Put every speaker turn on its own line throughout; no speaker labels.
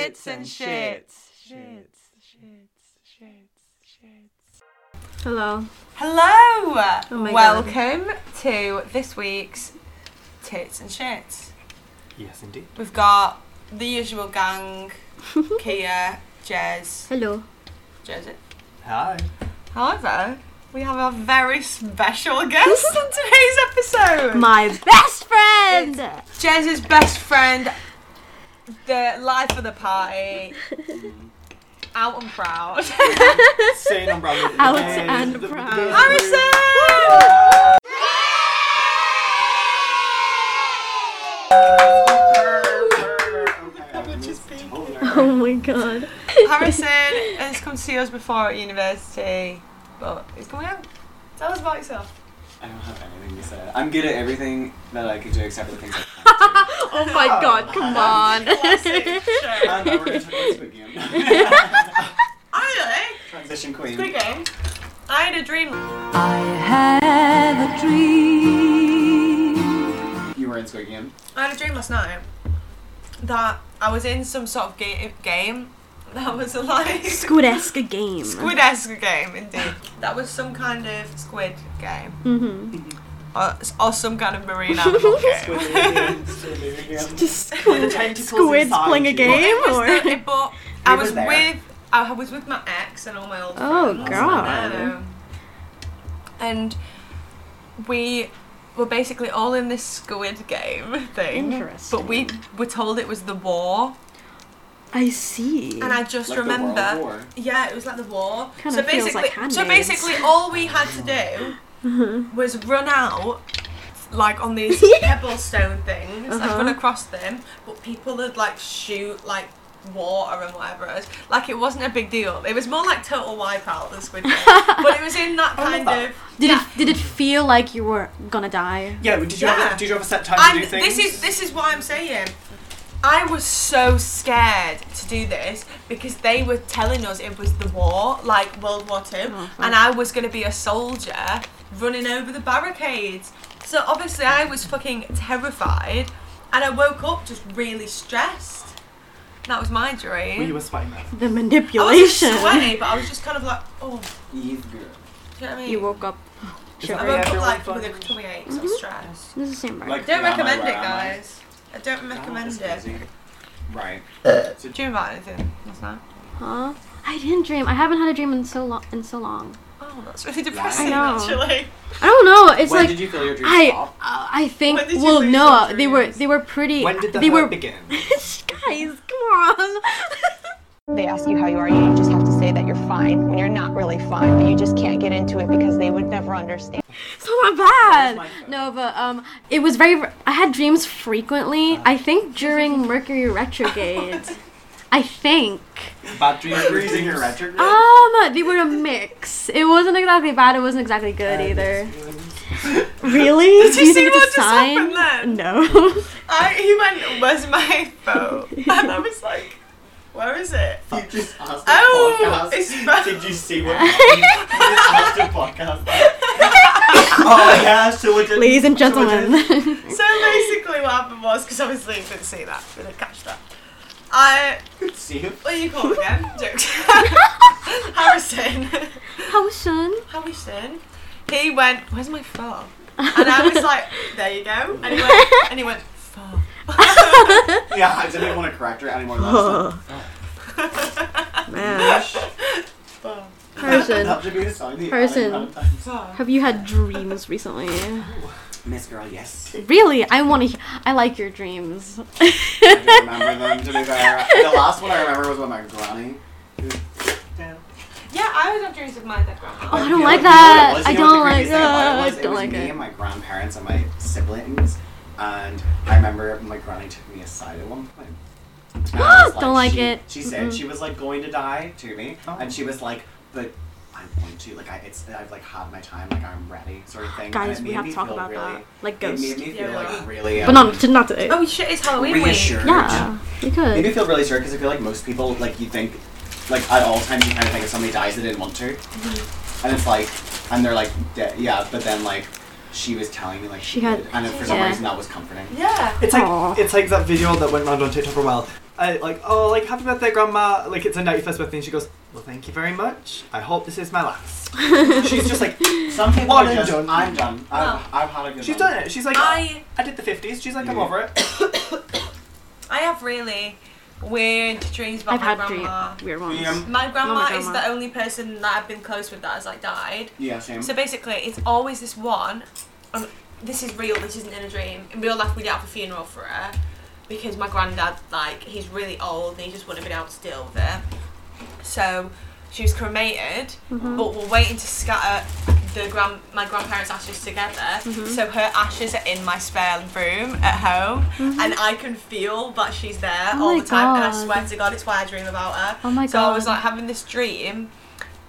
Shits and shits. Shits,
shits, shits, shits.
Hello.
Hello!
my
Welcome to this week's Tits and Shits.
Yes, indeed.
We've got the usual gang Kia, Jez.
Hello.
Jez.
Hi.
However, we have a very special guest on today's episode
My best friend.
Jez's best friend, the life of the party, out and proud.
Staying on Broadway. with the
Out
gays,
and
the- the
proud.
gays.
Harrison!
Oh my god.
Harrison has come to see us before at university, but he's coming out. Tell us about yourself.
I don't have anything to say. I'm good at everything that I can do except for the things I
Oh my god, come on.
can't do. and we're going to talk about Squid Game.
I
Transition
know. Good
Queen.
game. I had a dream.
You were in Squid Game.
I had a dream last night that I was in some sort of ga- game that was a like
Squid-esque game.
squid-esque game indeed. That was some kind of squid game
Mm-hmm.
or, or some kind of marine animal game.
Just squid, squids playing a
But
game
it was
or
the- it- but I
We were
was
there.
with I was with my ex and all my old
Oh,
friends.
God.
I know. And we were basically all in this squid game thing. But we were told it was the war.
I see.
And I just
Like
remember
The World War.
Yeah, it was like the war.
Kinda
so
feels
basically,
like hand
so
grenades.
basically, all we had to do
Mhm.
was run out, like on these pebblestone things, like
Uh-huh.
run across them. But people would like shoot like water and whatever it was. Like it wasn't a big deal. It was more like total wipeout than Squid Game, but it was in that
I love
kind
that.
of.
Did it did it feel like you were gonna die?
Yeah, did you, Have
Yeah.
a, did you have a set time to
And
do things?
this is this is what I'm saying. I was so scared to do this because they were telling us it was the war, like World War Two,
Oh, fuck.
and I was gonna be a soldier running over the barricades. So obviously I was fucking terrified, and I woke up just really stressed. That was my dream.
Were you a spy man?
The
I was
manipulation.
sweaty, but I was just kind of like, oh,
Eve
do you
girl.
know what I mean?
You woke up.
Sure.
I woke up like with a tummy ache, so I was stressed.
This is the same right.
Like-
Don't
Yeah, am I
recommend it,
right, am I?
guys. I don't recommend
That's
it.
crazy. Right.
Did you invite anything last night?
huh? I didn't dream. I haven't had a dream in so long. In so long.
Oh, that's really depressing,
I know.
actually.
I don't know. It's
when
like
did you feel your dream
I
stop?
uh, I think
When did you
well
lose
no uh,
your
they were
dreams?
they were pretty
When did the
they
hurt
were
begin?
guys come on
They ask you how you are, you just have to say that you're fine when you're not really fine, but you just can't get into it because they would never understand.
it's not
Oh
that
my
bad
phone.
no but um it was very I had dreams frequently
Uh-huh.
I think during Mercury retrograde I think
Bad dreams,
Freezing your retrograde.
um they were a mix it wasn't exactly bad it wasn't exactly good either really did
you see what just happened then?
no
I, he went, where's my phone? And I was like, where is it?
You just asked the
Oh,
podcast.
it's bad.
Did you see what happened? you just asked the podcast? oh yeah, so what did
ladies and
so what did-
gentlemen
So basically what happened was, because obviously you didn't see that, we didn't catch that. I,
See you.
what do you call it again? Jokes. Harrison.
how soon
Harrison. He went, where's my phone? And I was like, there you go. And he went, and he went, phone.
Yeah, I didn't want to correct her anymore last time.
man
Phone.
person
That should be the song. The
Person.
amount of times.
Phone.
Have you had dreams recently?
Miss Girl, yes.
Really? I want to. I like your dreams. Oh,
I do remember them, to be fair. The last one I remember was with my granny.
Yeah, I always have dreams of mine that grandma.
Oh, I
You
don't
know-
like
you know what
that.
it was?
I
You know what
don't
the
like
craziest thing about
that.
it was?
I
It
don't
was
like
me
it.
and my grandparents and my siblings, and I remember my granny took me aside at one point. And I was
Don't like
she-
it. Oh.
She said she was like going to die to me, and she was like, "But I'm going to like I it's I've like had my time, like I'm ready, sort of thing." and
Guys,
it
we
made
have
me
to talk
feel
about
really,
that. Like
It
ghost.
made me feel
Yeah.
like really, um,
But not, not today.
Oh shit, it's Halloween week.
reassured.
Yeah, you
Made me
could.
feel really sure because I feel like most people, like you think, like at all times you kind of think if somebody dies they didn't want to,
Mm-hmm.
and it's like, and they're like, de- yeah, but then like, she was telling me like she,
She had-
did, and then for some
yeah.
reason that was comforting.
Yeah.
It's
Aw.
like, it's like that video that went around on TikTok for a while. I, like, oh, like, happy birthday, grandma. Like, it's her 91st birthday, and she goes, well, thank you very much. I Oh, hope this is my last. she's just like,
Some people
Well,
are just,
you're done.
I'm done.
Oh.
No.
I've, I've had a good
she's
one.
done it. She's like, I,
I
did the 50s. She's like, I'm
Yeah.
over it.
I have really weird dreams about
I've
my
had
grandma.
dream- weird ones.
Yeah.
My grandma, is
grandma.
the only person that I've been close with that has like died.
Yeah, same.
So basically, it's always this one. Um, this is real. This isn't in a dream. In real life, we did have a funeral for her because my granddad, like, he's really old and he just wouldn't have been able to deal with it. So she was cremated,
Mm-hmm.
but we're waiting to scatter the grand my grandparents' ashes together.
Mm-hmm.
So her ashes are in my spare room at home, and I can feel that she's there
Mm-hmm. Oh
all
my
the time. And I
God.
swear to God, it's why I dream about her.
Oh my
so I was
God.
like having this dream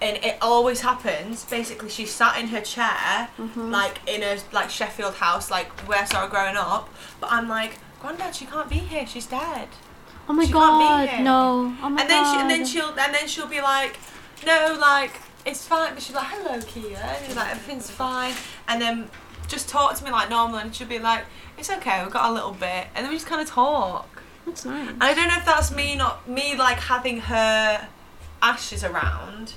and it always happens. Basically, she sat in her chair,
Mm-hmm.
like in a like Sheffield house, like where I started growing up. But I'm like, Grandad, she can't be here. She's dead.
Oh my
She can't be
god,
here.
no. Oh my
and then
god.
she, and then she'll and then she'll be like, no, like it's fine. But she's like, hello, Kia. And she's like, everything's fine. And then just talk to me like normal, and she'll be like, it's okay. We've got a little bit, and then we just kind of talk.
That's nice.
And I don't know if that's me not me like having her ashes around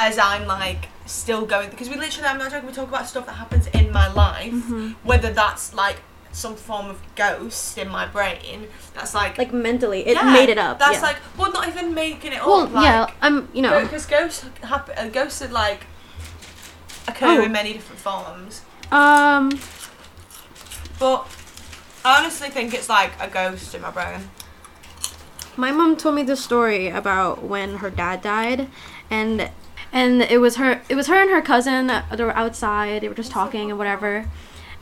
as I'm like still going because we literally I'm not joking we talk about stuff that happens in my life
Mm-hmm.
whether that's like some form of ghost in my brain that's like
Like mentally, it
yeah,
made it up.
that's
yeah.
like well not even making it
Well,
up like,
yeah, I'm, you know.
because ghosts happen uh, ghosts are like occur
Oh.
in many different forms
Um,
but I honestly think it's like a ghost in my brain
my mom told me this story about when her dad died, and and it was her, it was her and her cousin. They were outside. They were just talking and whatever,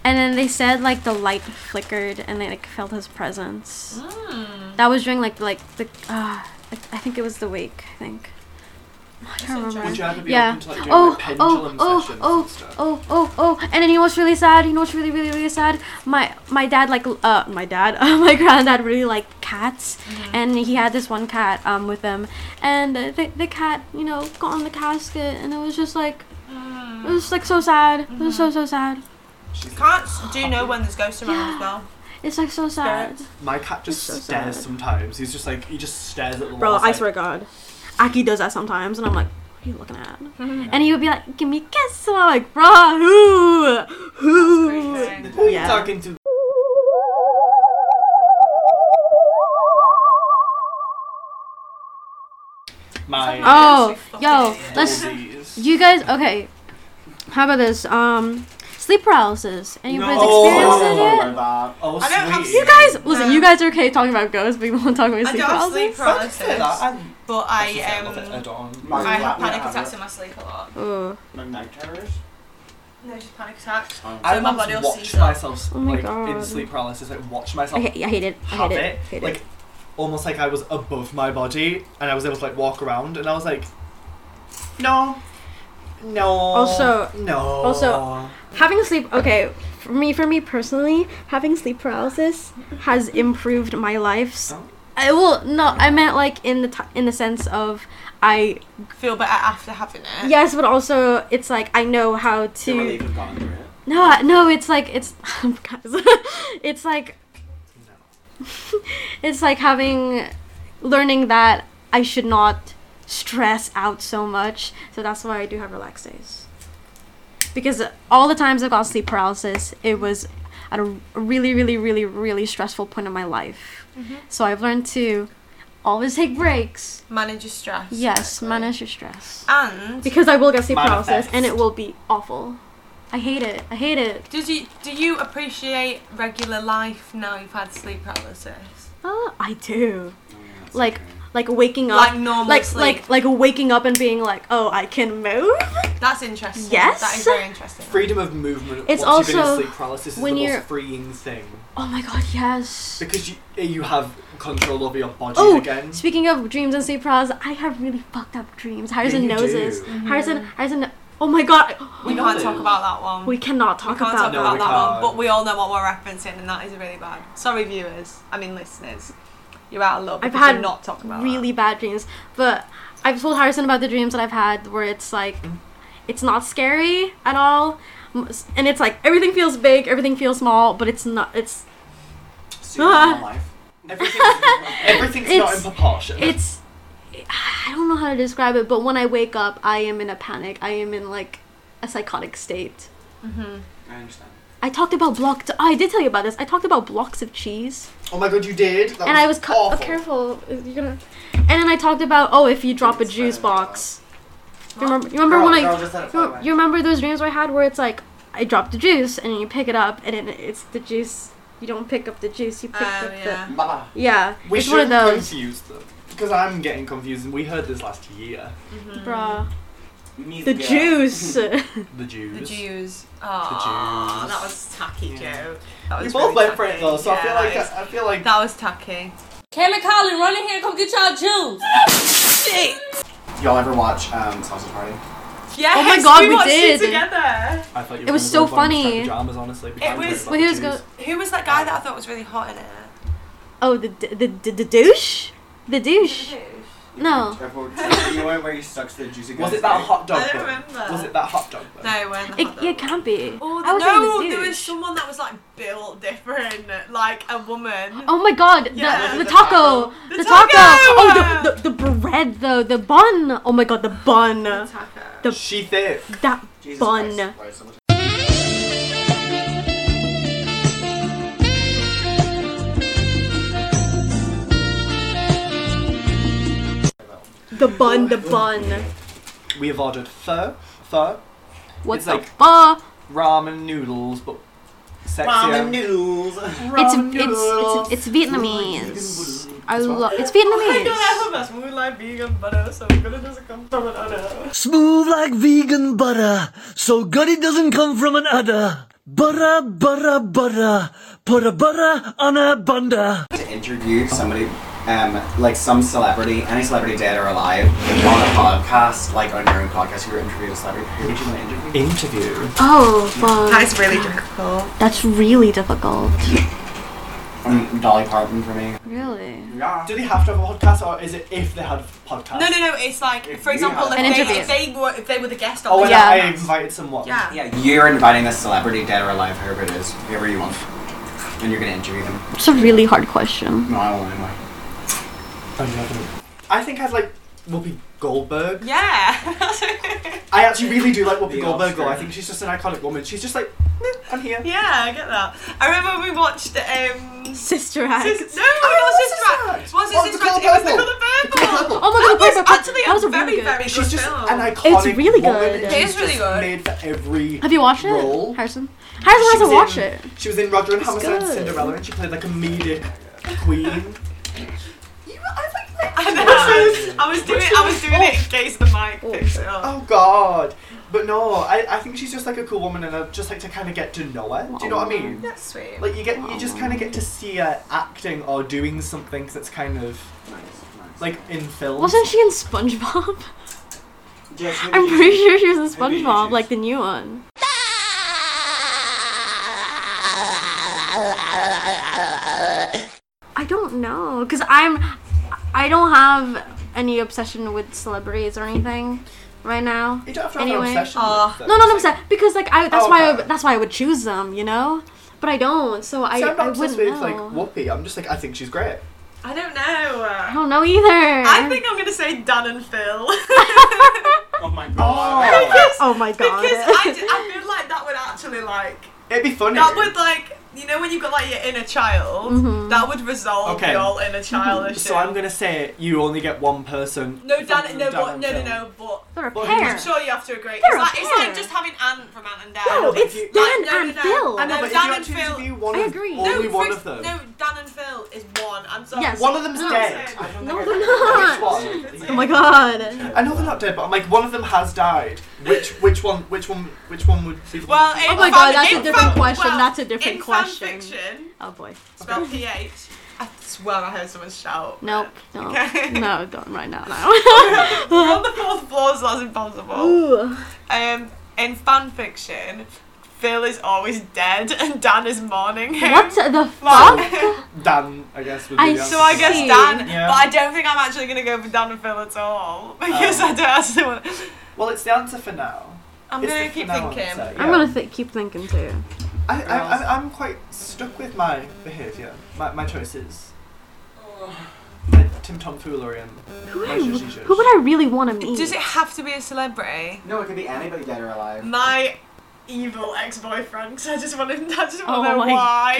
and then they said like the light flickered and they like felt his presence.
mm.
That was during like like the, uh, I I think it was the wake. I think. I can't
interesting.
remember.
Would you ever be
Yeah.
open to, like, doing
Oh,
like, pendulum
oh,
sessions
oh,
and stuff?
oh, oh, oh, and then you know what's really sad? You know what's really, really, really sad? My my dad like l- uh my dad my granddad really liked cats, and he had this one cat um with him, and uh, the the cat you know got on the casket, and it was just like it was just, like so sad. It was so so sad.
Can't s- do you know when there's ghosts around
Yeah.
as well?
It's like so sad.
My cat just
It's so
stares
sad.
sometimes. He's just like, he just stares at the wall.
Bro,
It's
I
like,
swear to God, Aki does that sometimes, and I'm like, what are you looking at? And he would be like, give me a kiss, and I'm like, bro, who, who?
Creepy.
Who are you
Yeah.
talking to? My
Oh,
Fucking
yo,
idiot.
let's.
Oldie's.
You guys, okay? How about this? Um, sleep paralysis. Anybody's
No.
experienced it?
that.
Oh,
I don't have
sweet.
sleep-
You guys, listen.
No.
You guys are okay talking about ghosts, but you won't talk about
I
sleep
don't have
paralysis.
sleep
Why did you say
paralysis,
that? I'm-
but I
I love it. I
um,
don't.
My-
I have
Yeah,
panic
yeah,
attacks
yeah.
in my sleep a lot.
Oh,
Like night terrors?
No, just panic attacks.
Oh.
I
So my
once
body will
watched
seize up.
myself
Oh my
like in
God.
sleep paralysis. Like watched myself
okay. Yeah, I hate it. I
have
hate
it,
it. Hate
like
it.
almost like I was above my body, and I was able to like walk around, and I was like, no, no.
Also-
no.
also- Having sleep. Okay, for me, for me personally, having sleep paralysis has improved my life.
Oh.
I will no. I meant like in the t- in the sense of I
Feel better after having it.
yes, but also it's like I know how to.
The relief of gone through it.
No, I- no, it's like it's oh, guys, it's like it's like having learning that I should not stress out so much. So that's why I do have relax days. Because all the times I got sleep paralysis, it was at a really, really, really, really stressful point in my life.
Mm-hmm.
So I've learned to always take breaks.
Manage your stress.
Yes, manage your stress.
And
Because I will get sleep paralysis
Manifest.
and it will be awful. I hate it. I hate it.
does you do you appreciate regular life now you've had sleep paralysis?
Oh, I do.
Oh, yeah, that's
Like,
okay.
like waking up,
Like normal
like
sleep.
like like waking up and being like, oh, I can move.
That's interesting.
Yes.
That is very interesting.
freedom of movement.
It's
once you've been in
also
sleep paralysis is
when
the
you're-
most freeing thing
Oh my god, yes.
because you you have control over your body
Oh,
again.
speaking of dreams and sleep paralysis, I have really fucked up dreams. Harrison
you
knows
do.
this. Harrison, Harrison. Oh my god,
We
know
can't
this.
talk about that one.
we cannot
We
talk
can't
about
talk
No,
about
we
that one,
can't.
but we all know what we're referencing, and that is really bad. Sorry, viewers. I mean, listeners. You're out of luck.
I've
because we're
had
not talking about
really bad dreams, but I've told Harrison about the dreams that I've had where it's like,
Mm-hmm.
it's not scary at all, m- s- and it's like everything feels big, everything feels small, but it's not. It's
So you're in
Ah.
my life.
Everything's, everything's not in
It's-
proportion.
it's i don't know how to describe it but when i wake up i am in a panic i am in like a psychotic state
Mm-hmm.
I understand.
i talked about blocks i did tell you about this i talked about blocks of cheese
oh my god, you did. That
and
was
i was cu- oh,
awful.
careful you're gonna and then i talked about oh if you drop a
It's
juice
fine.
box you remember, you remember
Girl-
when i
girl just said it
you,
far
you remember those dreams i had where it's like i dropped the juice and you pick it up and it, it's the juice you don't pick up the juice you pick
Oh,
up
yeah.
the
away. Bye-bye.
yeah
We
it's one of
shouldn't
those
confuse them. Because I'm getting confused, and we heard this last year.
bruh
Me
the
girl.
juice
The Jews.
The Jews. Aw,
Jews.
that was tacky, Joe. That
We
was
both
really
went for it
tacky.
though, so I feel
Yeah,
like
that was-
I, I feel like
that was tacky.
Cam and Colin, run in here and come get y'all juice.
Shit.
Y'all ever watch um, Sausage Party?
Yes,
Oh my God, we
watched it
did.
together.
I thought you
It
were
was so
gonna go for one of
funny.
my Pajamas, honestly. but
It
I worried
was-
about
Well, he
the
was go-
Jews.
Who was that guy that I thought was really hot in it?
Oh, the d- the the, the douche, the douche. No,
Ever- you know where he sucks the juicy
Was
guys,
it that
right?
hot dog?
I don't
bun?
remember.
Was it that hot dog? bun?
No, when the
it,
hot dog
it can't be.
Oh,
I was
no,
saying the
there was
douche.
someone that was like built different, like a woman.
Oh my god,
Yeah,
the,
the
the, taco,
The
the, taco.
taco!
Oh, the, the the bread though, the bun. Oh my god, the bun.
Taco.
The-
She thick.
That
Jesus
bun.
Christ, right, so much-
The bun. The bun.
We have ordered pho, pho,
What
It's
the
like-
fuck?
ramen noodles, but sexier.
Ramen noodles.
It's
Ramen
it's
noodles.
it's it's Vietnamese. I
It's what?
love it's
I know Oh I
Vietnamese.
have a mess. We like vegan butter, so we're gonna just come from an udder.
Smooth like vegan butter, so good it doesn't come from an udder. Butter, butter, butter, put a butter on a bunda.
to interview somebody, um, like some celebrity, any celebrity dead or alive, on a podcast, like on your own podcast, you were interviewing a celebrity. Who would you want to interview?
Interview.
Oh fuck,
is really difficult.
that's really difficult.
Um, Dolly Parton for me.
Really.
Yeah.
Do they have to have a podcast, or is it if they had a podcast?
No, no, no. It's like,
If
for
you
example,
had-
if
An
they,
interview.
if they were if they were the guest
Oh,
on
and
the
Yeah.
I invited someone.
yeah.
Yeah, you're inviting this celebrity, dead or alive, whoever it is, whoever you want, and you're gonna interview them.
It's a really hard question.
No, I won't anyway.
Oh, you haven't. I think I'd like Whoopi Goldberg.
Yeah.
I actually really do like Whoopi
The
Goldberg. Though.
Oscar.
I think she's just an iconic woman. She's just like, "Meh, I'm here.
yeah, I get that. I remember we watched um
Sister Act.
Sis- no, oh, it
Sister
was
Oh,
Sister
The
Act.
Colour
It was the
Purple. The Colour
Colour Purple. that
Oh my God, The
Purple.
Colour
was
Purple.
actually
That was
a
a
very,
really good-
very good
She's just
film.
an iconic
really
woman.
good.
and
It
she's
is really
just
good.
Made for every.
Have you watched it,
role.
Harrison? Harrison
was
hasn't watched
in-
it.
She was in Roger and Hammerstein
good.
Cinderella, and she played like a comedic queen.
I know. I was doing. I was doing it in case the mic picks it up.
Oh God! But no, I, I think she's just like a cool woman, and I just like to kind of get to know her. Do you know what I mean?
That's sweet.
Like you get, you just kind of get to see her acting or doing something that's kind of like in film.
Wasn't she in SpongeBob?
Jess, who
I'm
did you-
pretty sure she was in
Maybe you
SpongeBob,
choose.
like the new one. I don't know, cause I'm, I don't have any obsession with celebrities or anything right now.
You don't have to have
Anyway.
an obsession.
Aw.
with them.
No, no, no, I'm
It's like-
saying because like I that's
Oh,
why
okay.
I, that's why I would choose them, you know. But I don't, so I
See, I'm not
I
obsessed
wouldn't
with
know.
like Whoopi. I'm just like I think she's great.
I don't know. Uh,
I don't know either.
I think I'm gonna say Dan and Phil
Oh my
Oh,
Oh my god.
because I, d- I feel like that would actually like
it'd be funny.
that would like you know when you've got like your inner child
Mm-hmm.
that would resolve
Okay.
your all inner childish.
So I'm gonna say you only get one person.
No, Dan.
from
No, but,
and
no, no,
Phil.
no. But
They're a
Well, he
pair.
was-
sure you have to agree.
They're
It's like, it's
fair.
like just having Anne from Ant and Dad.
No,
but
it's
if you-
Dan
No, no,
and
no.
Phil.
I
No,
know.
but
Dan
if you had
and
to
Phil-
interview one
I
of-
agree.
No,
only one
fix-
of them.
No, Dan and Phil is one. I'm sorry.
Yes.
One of them's
No.
dead.
No, they're not.
Which
Oh my god.
I know they're not dead, but I'm like one of them has died. Which which one? Which one? Which one would? Be the
Well,
one-
in
Oh my
fan-
God, that's a
in
different
fan-
question,
well,
that's a different
in
question.
Fan fiction,
Oh boy.
spelled PH. I swear I heard someone shout.
Nope. No.
Okay.
No, don't right now. No.
We're on the fourth floor, so that's impossible.
Ooh.
Um, in fan fiction, Phil is always dead and Dan is mourning him.
What the fuck?
Like-
Dan, I guess. Would be
I
the answer.
So I guess
See.
Dan,
Yeah.
but I don't think I'm actually gonna go for Dan and Phil at all because
Oh.
I don't actually want.
Well, it's the answer for now.
I'm
It's
gonna
the
keep
final
thinking.
answer,
I'm
yeah.
gonna th- keep thinking too.
I, I, I, I'm quite stuck with my behaviour, my, my choices. Tim Tom foolery and
Who, would I,
Measure Jesus.
who would I really want to meet?
Does it have to be a celebrity?
No, it could be anybody dead or alive.
My evil ex-boyfriend. Because I just want to. I just
oh
want to know
my
why.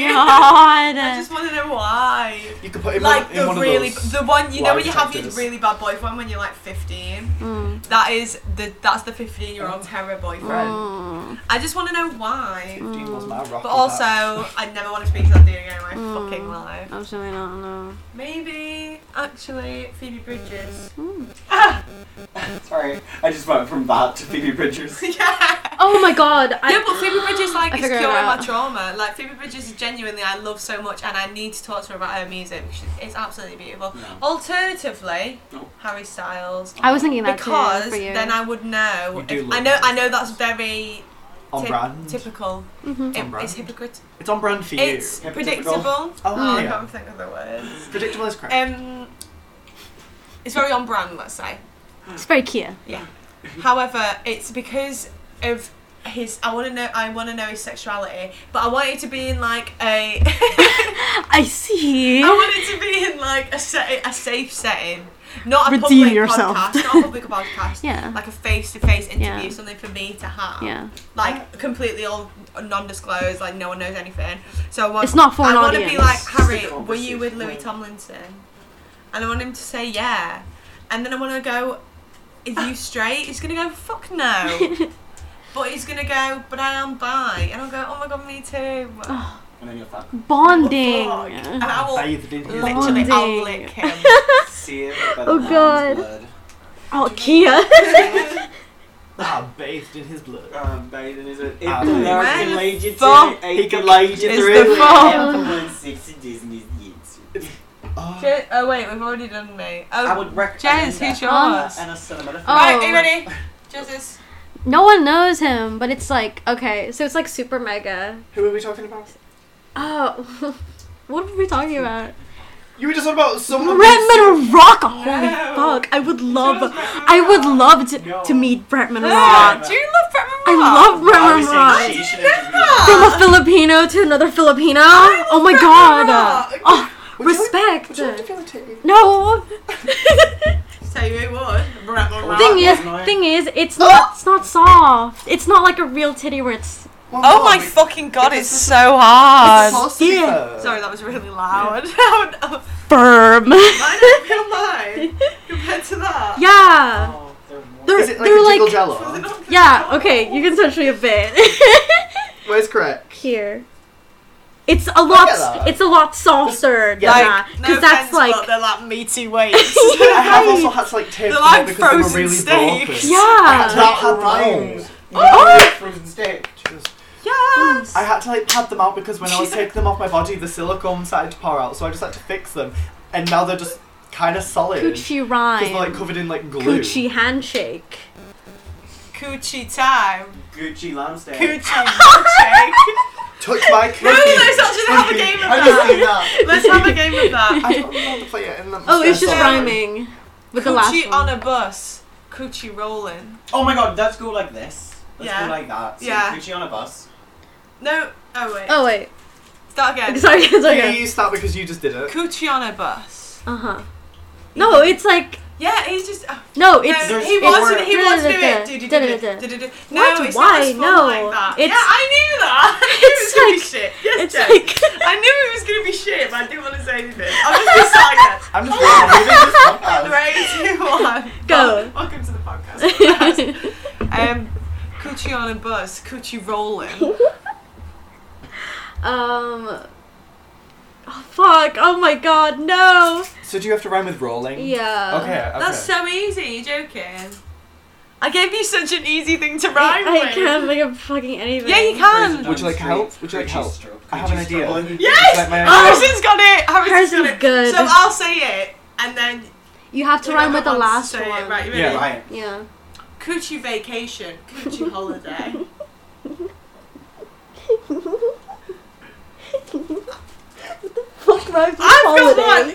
god! Oh,
I just want to know why.
You could put him
Like
on, in
the
one
really,
of those.
the one you know
lie
when you have your
detectors.
really bad boyfriend when you're like 15.
Mm.
That is the that's the 15 year
Mm.
old terror boyfriend.
Mm.
I just want to know why.
Dean was my rock
But also, I never want to speak to that dude again in my
Mm.
fucking life.
Absolutely not. No.
Maybe actually Phoebe Bridges.
Sorry, I just went from that to Phoebe Bridgers.
yeah.
Oh my god! I,
Yeah, but Phoebe Bridges like
I
is
figured it
curing my
out.
trauma. Like Phoebe Bridges is genuinely I love so much, and I need to talk to her about her music. She's, it's absolutely beautiful.
No.
Alternatively,
No.
Harry Styles.
I was thinking that
Because
too, for you.
then I would know.
You do
if-
love
I know.
Harry
I know that's very
on
typ-
brand.
typical.
Mhm.
It-
On brand.
it's hypocritical.
It's on brand for you.
It's
Yeah,
predictable.
typical.
Oh,
Oh, I
yeah.
can't think of the words.
Predictable is crap.
Um, it's very on brand, let's say.
It's very cute.
However, it's because of his. I want to know. I want to know his sexuality, but I want it to be in like a.
I see.
I want it to be in like a set, a safe setting, not a
Redeem
public
yourself.
podcast, not a public podcast.
Yeah.
Like a face-to-face interview,
Yeah.
something for me to have.
yeah.
Like completely all non-disclosed, like no one knows anything. So I want,
It's not for
I
an
want to be
audience.
like
Stick
Harry.
on
Were you with
conversation.
Louis Tomlinson? And I want him to say yeah. And then I want to go. Are you straight? He's gonna go fuck no. but he's gonna go. But I am bi. And I'll go. Oh my god, me too.
And then you'll fuck.
Bonding.
Oh, Fuck. And I will
Bathed in his
literally
blood.
I'll lick him.
See it by the
Oh,
lamb's
God.
blood.
Oh, Kia.
Ah, bathed in his blood.
Um, bathed in his blood.
Ah,
If the Lord
man.
can lead you to
Fuck.
a
He can lead you
It's
through.
the fall.
Everyone sexy Disney's yeet.
Oh,
J- oh wait, we've already done me. Oh,
I would recommend
Jez,
that.
who's yours?
And a cinema.
Oh.
Right, are you ready? Jez's.
no one knows him, but it's like okay, so it's like super mega.
who are we talking about?
Oh, what were we talking about?
You were just talking about someone.
Brett Rock. Holy
No.
fuck! I would love,
Brett
I would love to,
No.
to meet Brett Rock.
Ah, do you love Brett
I love
I was
Brett
saying
Rock.
she should
From
interview
a Filipino to another Filipino. Oh my
Brett
god.
Rock.
Oh,
Would you
respect.
like- Would you like to feel it too?
No.
So you would. Brett Rock.
thing is,
Isn't it?
thing is, it's not, it's not soft. It's not like a real titty where it's.
Well,
Oh my
no, we-
fucking god, it's so
it's
hard.
supposed to be
Yeah.
her.
Sorry, that was really loud. Oh, no.
Firm.
I don't feel mine compared to that.
yeah.
Oh, they're more-
They're,
Is it like
they're
a jiggle
like
jello?
yeah. Okay, you can touch me a bit.
Where's Craig?
Here. It's a lot.
at that.
It's a lot softer than
Yeah.
that because that's
offense,
like.
but they're like meaty weights.
I have also had to like tear
They're
them
like
up because they were
frozen
really
steaks.
bulky.
yeah.
Not had
Rhymes.
rhymes.
Oh! Frozen steak.
Just-
yes.
I had to like pad them out because when I was taking them off my body, the silicone started to pour out, so I just had to fix them, and now they're just kind of solid.
Coochie
Because
rhyme.
they're like covered in like glue.
Coochie handshake.
Coochie time.
Gucci lamb steak.
Coochie milkshake.
Touch my coochie.
no, let's actually have a game of
I just
that.
see that.
Let's have a game of that.
I don't know how to play it in the
Oh, it's just
Yeah.
rhyming with the last
Coochie
one.
on a bus. Coochie rolling.
Oh my god, let's go like this. Let's
Yeah.
go like that. So
Yeah.
Gucci on a bus.
No. Oh wait.
oh wait,
Start again.
sorry, sorry.
Yeah, you start because you just did it.
Coochie on a bus.
Uh huh. No, it's like
Yeah, he's just. oh,
no,
No,
it's
he
There's
wants
four-
to. He wants to do it.
Da-da-da-da.
Do-do-do-do.
Da-da-da-da.
Do-do-do.
What?
No, it's not as
Why?
fun
No.
like that.
It's-
Yeah, I knew that. I knew
It's
it was gonna be
like-
shit. Yes,
it's
Jess.
like
I knew it was gonna be shit, but I didn't want to say anything. I'm just excited.
I'm just reading this
Three, two, one.
podcast.
Go.
Wel- Welcome to the podcast. um, coochie on a bus, coochie rolling.
um. Oh, fuck! Oh my god! No.
So do you have to rhyme with rolling?
Yeah.
Okay. okay.
That's so easy. You're joking. I gave you such an easy thing to
I,
rhyme
I
with.
can't think of fucking anything.
Yeah, you can.
Would you like help? Would you like
Gucci
help?
stroke.
I have an
Gucci
idea.
stroke.
Yes.
Like my own-
Harrison's got it. Harrison's
Harrison's
got it.
good.
So I'll say it, and then
You have to rhyme with the
whoever wants to
last one.
say it. Right, you ready?
Yeah.
Right.
Yeah.
Coochie vacation, coochie holiday.
Fuck rhymes
I've
with
got
holiday?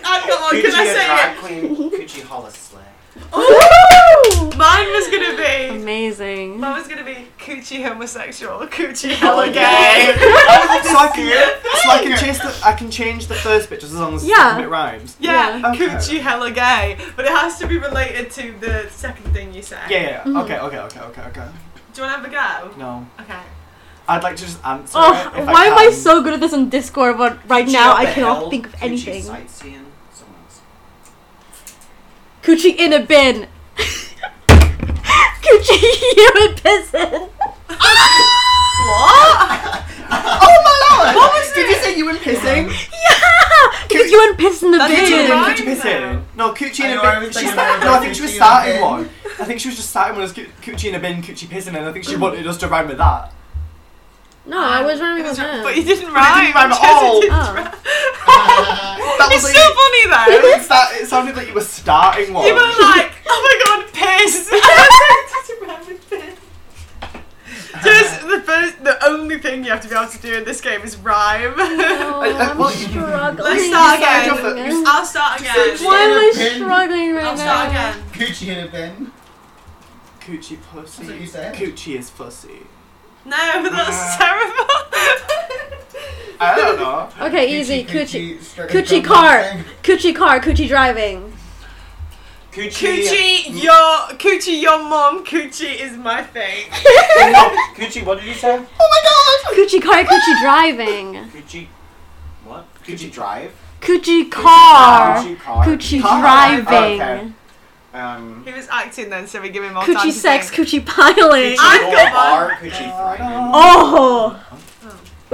one. I've got one. Can
Gucci
I
a
say
drag
it?
queen. Gucci Hollis sleigh.
Woo!
Mine was gonna be.
Amazing.
Mine was gonna be coo- coochie homosexual, coochie
Hella
hella gay.
so I can, so I can change the I can change the first bit just as long as the
Yeah.
second bit rhymes.
Yeah,
Yeah.
Okay.
coochie hella gay. But it has to be related to the second thing you said.
Yeah, yeah,
Mm-hmm.
yeah. Okay, okay, okay, okay, okay.
Do you want to have a go?
No,
Okay.
I'd like to just answer.
Oh,
it if
why am I
can.
so good at this on Discord? But right
Coochie
now
up
I
the
cannot
hill,
think of
coochie
anything.
sightseeing, someone else.
Coochie in a bin. Coochie you a pissin.
What?
Oh my lord!
What was
Did
it?
you say you were pissing?
Yeah, because you went piss in the
That
bin.
is a
Didn't
rhyme
think you were
now.
pissing. No, coochie
I
in
know,
a
I
bin.
was
She
thinking
sta-
about
no, I think she was
coochie in a
starting
bin.
one. I think she was just starting one as coo- coochie in a bin, coochie pissing, and I think
Mm.
she wanted us to rhyme with that.
No, I was running
It
with
was-
him.
But you didn't rhyme.
rhyme at
Jess, it
all.
didn't
Oh.
rhyme.
That
It's
was
so
like,
funny though.
it, sta- it sounded like you were starting one.
You were like, oh my god, piss! And I said, "Just remember piss." Just the first, the only thing you have to be able to do in this game is rhyme.
Oh,
I- I-
I'm
well, you-
struggling.
Let's
start
start
again.
again. I'll start again.
Just
Why am I
Bin.
struggling right
I'll
now?
start again.
Coochie in a bin.
Coochie pussy.
That's what you said.
Coochie is pussy.
No,
Uh.
that's terrible.
I don't know.
Okay, easy. Coochie.
struggling
Coochie
from
car.
nothing.
Coochie car. Coochie driving.
Coochie.
Coochie, your coochie, your mom. Coochie is my thing.
Coochie, what did you say?
Oh Coochie car. Coochie driving.
Coochie. What? Coochie drive.
Coochie car.
Coochie car.
Coochie
Car.
driving.
Um.
He was acting then, so we give him more time.
Coochie
to
sex.
think.
Coochie
Coochie-
piling.
Coochie
got
bar. Coochie thriving.
Oh.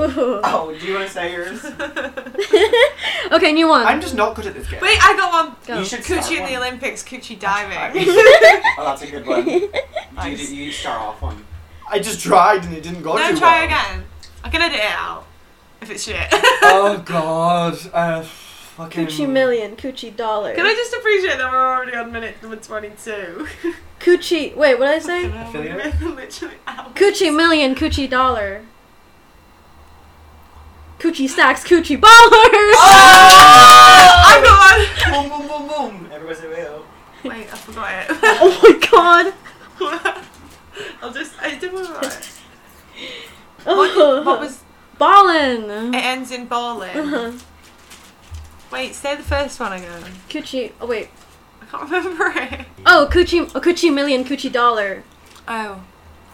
Ooh.
Oh, do you want to say yours?
Okay, new one.
I'm just not good at this game.
Wait, I got one.
Go.
You should start
Coochie in
one.
the Olympics, coochie
Alright.
diving.
oh, that's a good one. You,
Nice.
you, you start off one.
I just tried and it didn't go
No,
too
try
well.
again. I'm gonna edit it out if it's shit.
Oh god. Uh, fucking.
Coochie million. Coochie dollar.
Can I just appreciate that we're already on minute number 22?
Coochie. Wait, what did I say?
Affiliate?
Literally out.
Coochie million, coochie dollar. Coochie stacks, coochie ballers!
Ah! I got
boom, boom, boom, boom. Everybody's
oh.
away.
one! Wait, I forgot it.
Oh my god!
I'll just. I did one right.
Ugh.
What was. Eh.
Ballin!
It ends in balling.
Uh-huh.
Wait, say the first one again.
Coochie. Oh wait.
I can't remember it.
Oh, coochie, oh, coochie million, coochie dollar.
Oh.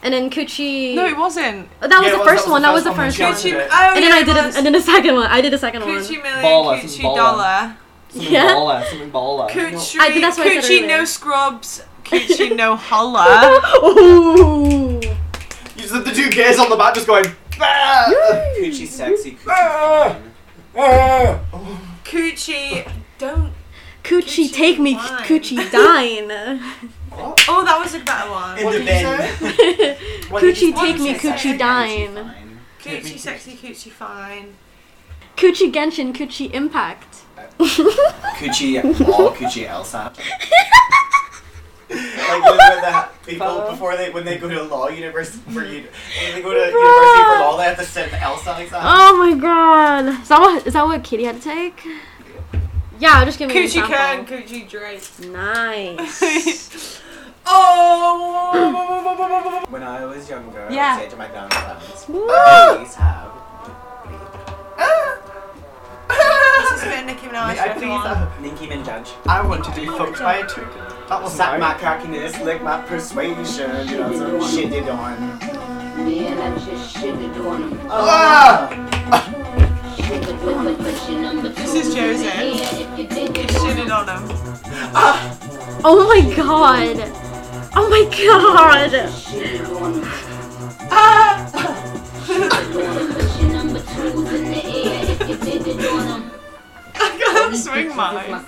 And then coochie.
No, it wasn't.
Oh, that was
Yeah,
the
well,
first one, that was the
when
first
she
one.
answered
Coochie.
it.
Oh,
And
yeah,
then I did
it
it,
was.
and then the second one. I did the second one.
Coochie million,
Baller,
coochie
something baller.
dollar.
Something
Yeah.
baller, something baller.
Coochie,
I- that's what I said
coochie no
earlier.
scrubs, coochie no holla.
Ooh!
You just have the two gears on the back just going. "Bah!"
Coochie sexy. Coochie
Ah.
fun.
Coochie, don't.
Coochie,
Coochie
take me,
wine.
coochie dine.
Oh, that was a better one.
In
What
the
did you
bed.
say? What did
what
Coochie,
you say?
take
did
me,
you say?
coochie dine.
Coochie sexy, coochie fine.
Coochie Genshin, coochie impact.
Coochie all coochie Elsa. like when, when the people before they when they go to law university for uni- when they go to university for law they have to sit the Elsa exam.
Oh my god. Is that what is that what Kitty had to take? Yeah, just give me
Coochie
an
can,
example.
coochie Drake.
Nice.
Oh!
When I was younger, I
Yeah.
would say to my grandparents, please have.
this has been Nicki Minaj.
May I please
everyone.
have-
Ninky Minaj.
I want to be fucked by a two. That was
Sat my
that
cockiness, lick my persuasion, you know, some shit they doing.
Me and I'm just shitted on him.
Ah!
Shitted on him, but she number two.
This is Joseph.
Yeah, if you think
You
it
shitted on him.
oh my god. Oh my god.
shitted on him.
Ah!
Shitted on him, but she number two's in the air. If you did it on him.
I can't swing mine.
My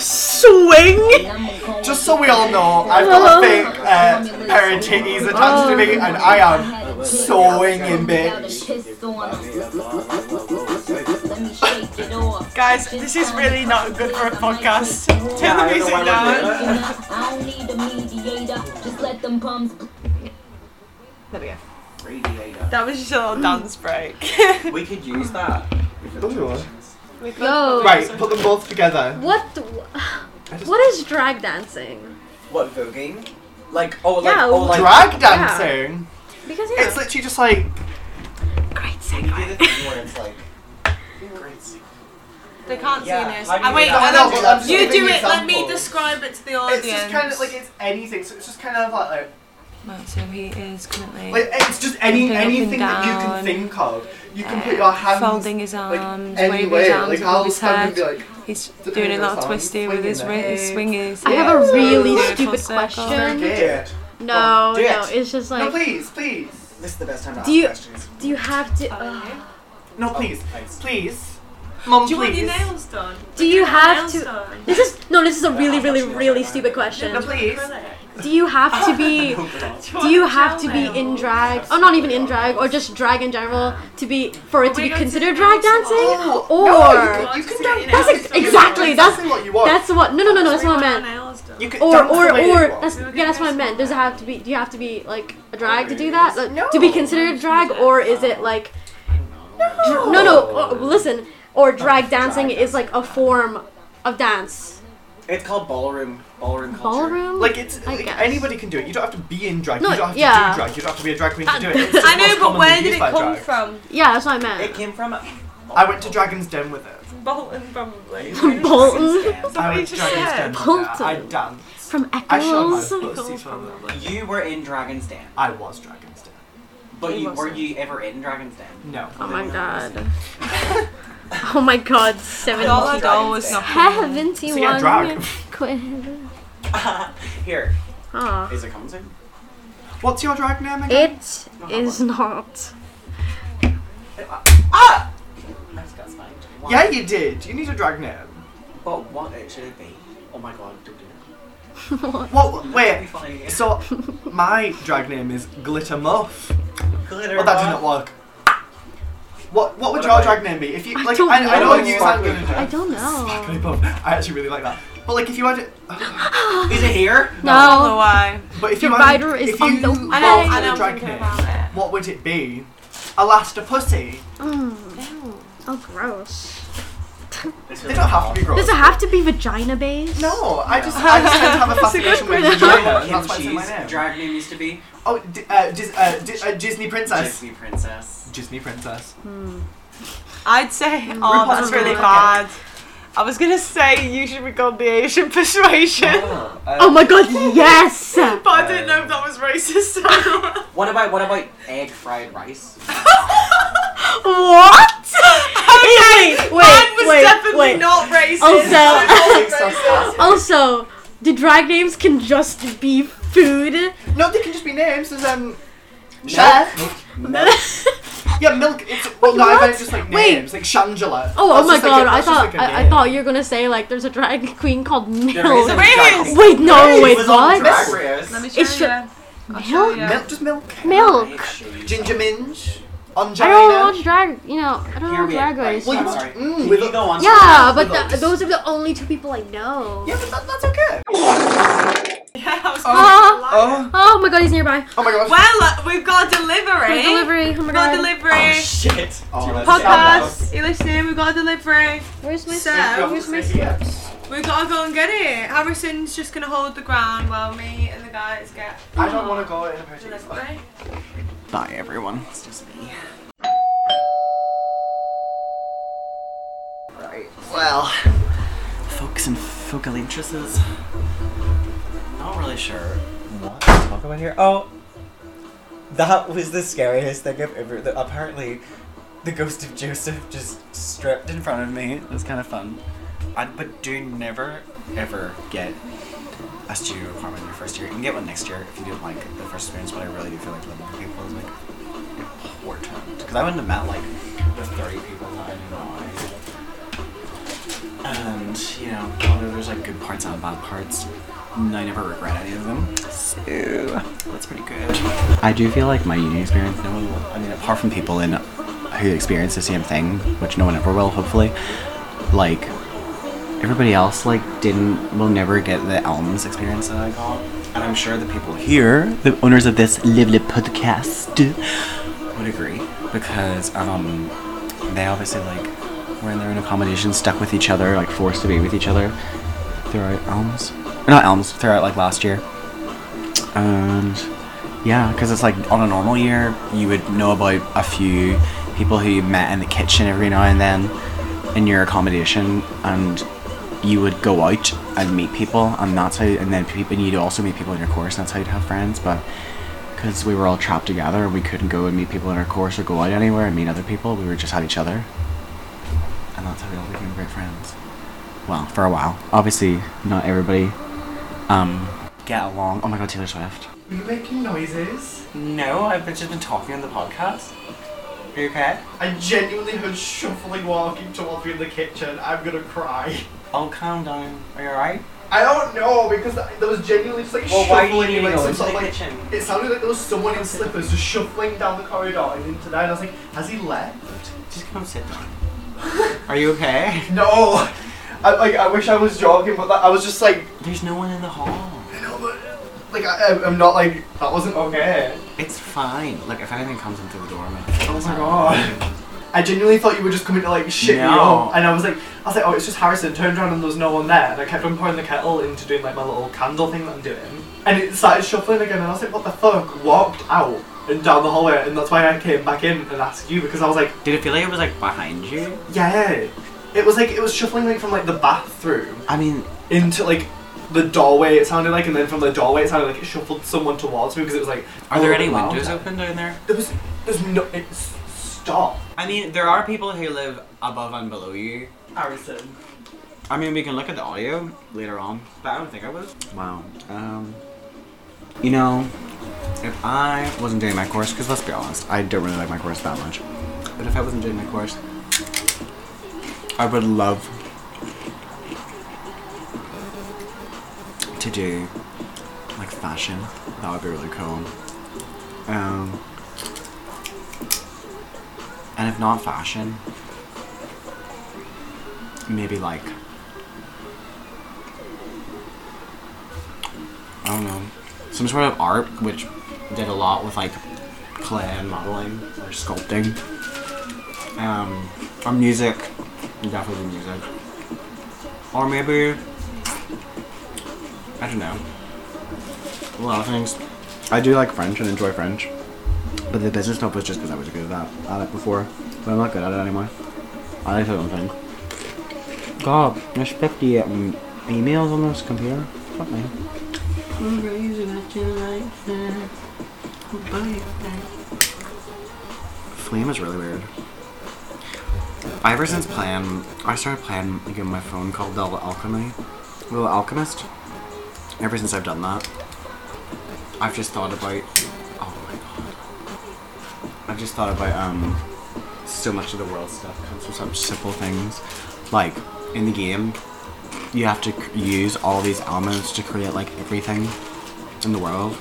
son.
Swing!
And I'ma call
Just so we all know, I've got a big uh, pair of titties attached to me,
Oh.
and I am sewing in
out and
bitch.
piss on him. Let me shake it off.
Guys, this is really not good for a podcast. Turn the
I don't know
music
why we're doing
down.
that.
I don't need a mediator. Just let them bums
There we go.
Radiator.
That was just a little dance break.
We could use that.
Don't do it.
Yo.
Right, put them both together.
What the,
I just-
what is drag dancing?
What voguing? Like oh like
Yeah,
oh like
Drag dancing?
Because yeah.
It's literally just like
great
You
segue.
do the thing where it's like.
They can't
Yeah,
see this.
how do
I
you
wait,
do that?
I
I know, but I'm
know.
just
You
giving
do it. Let me
examples.
describe it to the audience.
It's just kind of like it's anything. So it's just kind of like, like
Right, so he is currently
Like it's just any
Jumping up and
anything that you
down.
can think of. You can
uh,
put your hands
folding his
like
arms,
any
waving
way.
his arms
like
above
I'll
his
stand
head.
and be like,
He's
doing
doing a
his
lot of
arm,
twisty with
swinging
his, ri-
it.
his swingers.
I have a
Yeah.
really
Full
stupid
circle.
question.
Yeah.
No,
Do it.
no, it's just
Oh, no,
like,
please, please,
This is the best time to
Do you-
ask questions.
do you have to? ugh.
no, please,
Oh, thanks.
please, mom,
Do you want
please,
your nails done?
do you have to?
Done.
This is no. This is a really,
I'm
really,
actually not
really
sure.
stupid question.
no, please.
Do you have to be? Do you have to be in drag? Oh, not even in drag, or just drag in general to be for it to be
we going to
considered
the
drag
nail
dancing,
salon?
or
Oh, You can
do
that's ex- exactly that's
what you want.
that's what no no no no that's what I meant.
you can
or
dance
or
the way you
or
want.
that's
We were
yeah that's
getting
what I
this
meant. Does it have to be? Do you have to be like a drag to do that? Like,
No.
To be considered drag, or is it like? No, no. no oh, listen, or drag dancing is like a form of dance.
It's called ballroom. Ballroom culture.
Ballroom.
like it's
I
like
guess.
anybody can do it. You don't have to be in drag.
No,
you don't have
yeah.
to do drag. You don't have to be a drag queen to do it. It's the
I know,
most
but
commonly
where did
used
it
by
come
drag.
from?
yeah, that's what I
It
meant.
came from. a-
I went to Dragon's Den with it.
Bolton, probably.
Bolton
I
what
went
you
to Dragon's
said.
Den. With it. I
Bolton.
danced.
from
I showed my
Eccles.
pussy from them. Like,
You were in Dragon's Den,
I was Dragon's Den.
but
He
you, were
wasn't.
you ever in Dragon's Den?
No.
Oh my god. oh my god.
Dollar
Seventy.
Dollar
doll
doll
was
was
not.
So yeah,
Seventy-one.
drag.
Quinn.
Here,
Ah.
is it coming soon?
What's your drag name again?
It is not.
ah!
I just got spiked. Why?
Yeah, you did. You need a drag name.
But what it should be? Oh my god, don't do it.
Well,
That'd be
wait.
funny.
So, my drag name is Glitter Muff.
Glitter.
Well, that didn't work. What What would
What
your
about-
drag name be? If you
I
like,
don't
I, I know
know.
you sound good.
I don't know.
I actually really like that. But like, if you had,
Is it here?
I don't
No.
know why.
but if
Your
you
rider
had,
is
if
on
you
the
wanted
I know, I
a
know, I'm
drag
thinking
name,
about it.
what would it be? Elastopussy.
Mm. Oh, gross.
They don't have to be gross.
Does it have to be vagina based?
No, I just I just tend to have a fascination with
question.
Disney.
You know what
That's
Kim
why it's in my
Chi's
name.
drag name used to be?
Oh, D- uh, Dis- uh, Di- uh, Disney princess.
Disney Princess.
Disney princess.
I'd say, oh, that's
RuPaul's
really
Drag
bad. I was gonna say you should become the Asian persuasion,
Oh my god, yes!
but I didn't know if that was racist. what?
What about what about egg fried rice?
Okay,
Wait, wait,
mine was
wait,
definitely
wait. Oh,
not racist.
Also-
Mine was not racist.
Also, the drag names can just be food.
No, they can just be names. There's um.
Chef?
Milk. Yeah, milk. It's, well, no, I
what?
meant just like
Wait.
names, like Shangela.
Oh, oh
That's
my
just, like, a-
god, I
that's just,
thought
like, a
I, I
name.
thought you were gonna say like there's a drag queen called Milk.
There is a
There
drag
is.
race.
Wait, no, wait,
It was on
what?
Drag Race.
Let me show
It's
you.
ju-
I'll show you.
Milk, just milk.
Milk.
Ginger minge.
I don't
Angina.
watch drag. You know, I don't
Here
watch
we
Oh, drag
are.
race.
Well, you
I'm
watch-
sorry.
mm,
Can
with
you
a-
go on to the
Yeah,
next
but
one?
th- those are the only two people I know.
Yeah, but that, that's okay.
Yeah, I was
Ah,
Oh,
oh my god, he's nearby.
oh my god.
well, uh, we've got a delivery.
Hey. Delivery. Oh my
We've got
god.
a delivery.
Oh shit.
Oh,
Do you
that's
want to
bad.
Podcast,
say
you listening? We've got a delivery.
Where's my
So-
stuff? Where's my stuff?
We've got to go and get it. Harrison's just going to hold the ground while me and the guys get
I don't want to go in a
the
particular.
delivery.
that? Bye everyone. It's just me. Right. Well, folks and focal interests. Not really sure what to talk about here. Oh, that was the scariest thing I've ever. The, apparently, the ghost of Joseph just stripped in front of me. It was kind of fun. I, but do never ever get a studio requirement in your first year. You can get one next year if you didn't like the first experience. But I really do feel like living with people is like important because I wouldn't have met like the thirty people that I knew. now. And you know, although there's like good parts and bad parts, I never regret any of them. So that's pretty good. I do feel like my uni experience, no one will, I mean, apart from people in who experience the same thing, which no one ever will, hopefully, like everybody else like didn't will never get the Elms experience that I got. And I'm sure the people here, the owners of this Live Live podcast, would agree because um they obviously like were in their own accommodation, stuck with each other, like forced to be with each other throughout Elms, or not Elms, throughout like last year. And Yeah, because it's like on a normal year, you would know about a few people who you met in the kitchen every now and then in your accommodation, and you would go out and meet people, and that's how, and then people, and you'd also meet people in your course, and that's how you'd have friends. But because we were all trapped together, and we couldn't go and meet people in our course or go out anywhere and meet other people, we would just have each other, and that's how we all became great friends. Well, for a while, obviously, not everybody um, get along. Oh my god, Taylor Swift.
Are you making noises?
No, I've just been talking on the podcast. Are you okay?
I genuinely heard shuffling walking towards me in the kitchen. I'm gonna cry.
Oh, calm down. Are you alright?
I don't know because th- there was genuinely just like
Well, why are you
shuffling in
leaning
like some
over
sort
the
of like
kitchen?
it sounded like there was someone in slippers just shuffling down the corridor and into there. And I was like, has he left?
Just come sit down. Are you okay?
No. I, like I wish I was joking, but that, I was just like,
There's no one in the hall.
no, but like I, I'm- I'm not like that wasn't okay.
It's fine. Look, if anything comes in through the door, I'm like,
Oh my god. I genuinely thought you were just coming to like shit me
No.
up, and I was like, I was like, oh, it's just Harrison. Turned around and there was no one there, and I kept on pouring the kettle into doing like my little candle thing that I'm doing, and it started shuffling again, and I was like, what the fuck? Walked out and down the hallway, and that's why I came back in and asked you because I was like,
Did it feel like it was like behind you?
yeah, it was like it was shuffling like from like the bathroom
I mean,
into like the doorway. It sounded like, and then from the doorway, it sounded like it shuffled someone towards me because it was like,
are there
oh,
any
wow.
windows open down there?
There was, there's no. It's stop.
I mean, there are people who live above and below you.
Harrison.
I mean, we can look at the audio later on, but I don't think I was. Wow. Um, you know, if I wasn't doing my course, because let's be honest, I don't really like my course that much. But if I wasn't doing my course, I would love to do like fashion. That would be really cool. Um, and if not fashion, maybe like I don't know some sort of art which did a lot with like clay and modeling or sculpting um or music definitely music or maybe I don't know a lot of things I do like French and enjoy French but the business stuff was just because I was good at that at it before but I'm not good at it anymore I like certain things God, there's 58 m- emails on this computer. Fuck me. Flame is really weird. Ever since playing, I started playing a game on my phone called The Alchemy, The Alchemist. Ever since I've done that, I've just thought about. Oh my god. I've just thought about um, so much of the world stuff comes from such simple things. Like in the game, you have to c- use all these elements to create like everything in the world.